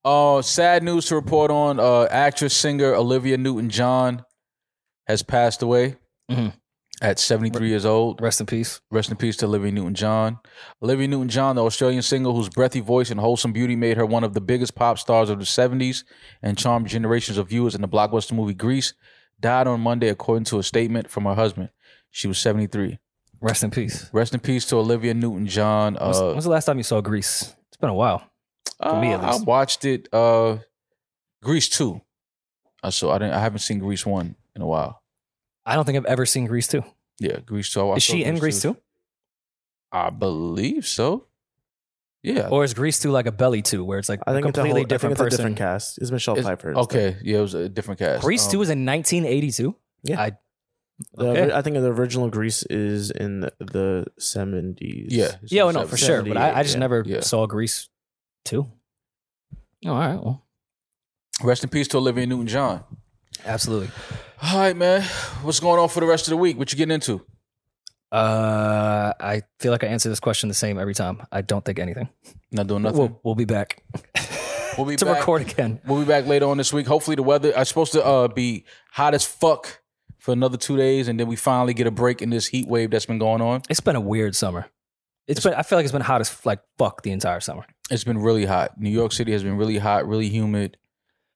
Uh, sad news to report on. Uh, actress singer Olivia Newton John has passed away Mm-hmm. Mhm. at 73 years old. Rest in peace. Rest in peace to Olivia Newton John. Olivia Newton John, the Australian singer whose breathy voice and wholesome beauty made her one of the biggest pop stars of the 70s and charmed generations of viewers in the blockbuster movie Grease, died on Monday, according to a statement from her husband. She was 73. Rest in peace. Rest in peace to Olivia Newton John. When's, Uh, when's the last time you saw Greece? It's been a while. For me, at Uh, I least. watched it. Uh, Grease two. I saw. I didn't. I haven't seen Grease one in a while. I don't think I've ever seen Greece too. Yeah, Grease two. Oh, I Is saw she in Greece too? I believe so. Yeah. Or is Greece too like a belly two, where it's like I think a it's a whole, completely I think different it's a person? different cast. It's Michelle It's- Pfeiffer. and okay. Yeah, it was a different cast. Greece Um, two is in 1982. Yeah. I, stuff. The, okay. I think the original Grease is in the, the 70s. Yeah. it's yeah, in well, no, the for 70s. sure. But I, I just 78, never yeah. saw Greece two. Oh, all right. Well, Rest in peace to Olivia Newton John. absolutely. All right, man. What's going on for the rest of the week? What you getting into? Uh, I feel like I answer this question the same every time. I don't think anything. Not doing nothing. We'll, we'll be back We'll be to back. record again. We'll be back later on this week. Hopefully, the weather is supposed to uh, be hot as fuck for another two days, and then we finally get a break in this heat wave that's been going on. It's been a weird summer. It's been. I feel like it's been hot as like fuck the entire summer. It's been really hot. New York City has been really hot, really humid.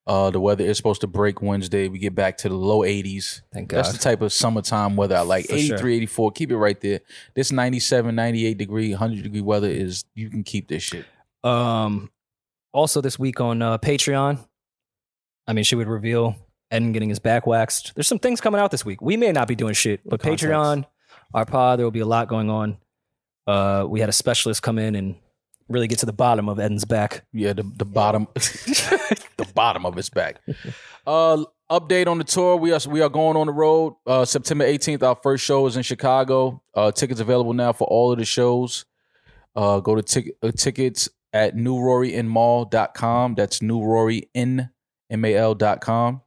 Uh, the weather is supposed to break Wednesday. We get back to the low 80s. Thank God. That's the type of summertime weather I like. For sure. 83, 84, keep it right there. This 97, 98 degree, 100 degree weather is, you can keep this shit. Um, also this week on uh, Patreon, I mean, she would reveal Eden getting his back waxed. There's some things coming out this week. We may not be doing shit, but Context. Patreon, our pod, there will be a lot going on. Uh, we had a specialist come in and really get to the bottom of Eden's back. Yeah, the, the bottom, the bottom of his back. Uh, update on the tour: we are we are going on the road. Uh, September eighteenth, our first show is in Chicago. Uh, tickets available now for all of the shows. Uh, go to tick uh, tickets at newroryinmall.com. That's newroryinmal.com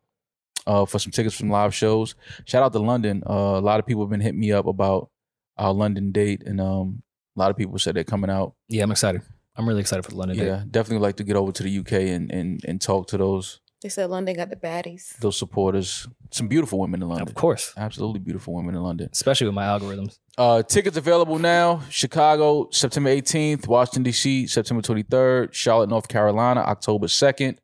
uh, for some tickets from live shows. Shout out to London. Uh, a lot of people have been hitting me up about our London date, and um, a lot of people said they're coming out Yeah, I'm excited. I'm really excited for the London yeah, date. definitely like to get over to the UK and and and talk to those They said London got the baddies. those supporters. Some beautiful women in London. Of course, Absolutely beautiful women in London. especially with my algorithms. Uh, tickets available now. Chicago, September 18th. Washington, D.C., September 23rd. Charlotte, North Carolina, October 2nd.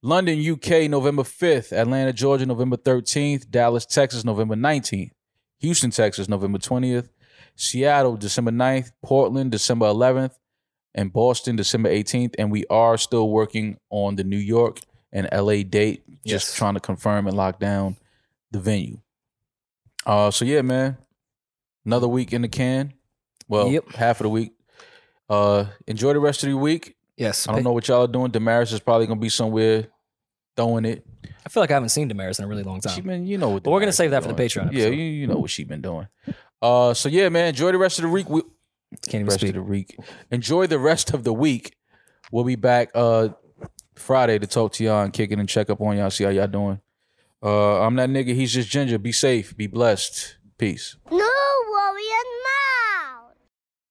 London, UK, November 5th. Atlanta, Georgia, November 13th. Dallas, Texas, November 19th. Houston, Texas, November 20th. Seattle, December 9th. Portland, December 11th. And Boston, December 18th. And we are still working on the New York and LA date, just Yes. trying to confirm and lock down the venue. Uh, so, yeah, man, another week in the can. Well, Yep. half of the week. Uh, enjoy the rest of the week. Yes, I don't know what y'all are doing. Damaris is probably gonna be somewhere throwing it. I feel like I haven't seen Damaris in a really long She time. been, you know what. But we're gonna Damaris save been that for the doing. Patreon Yeah, episode. you, you know what she been doing. Uh, so yeah, man, enjoy the rest of the week. We, Can't even rest speak. of the week. Enjoy the rest of the week. We'll be back uh Friday to talk to y'all and kick it and check up on y'all. See how y'all doing. Uh, I'm that nigga. He's just ginger. Be safe. Be blessed. Peace. Nah,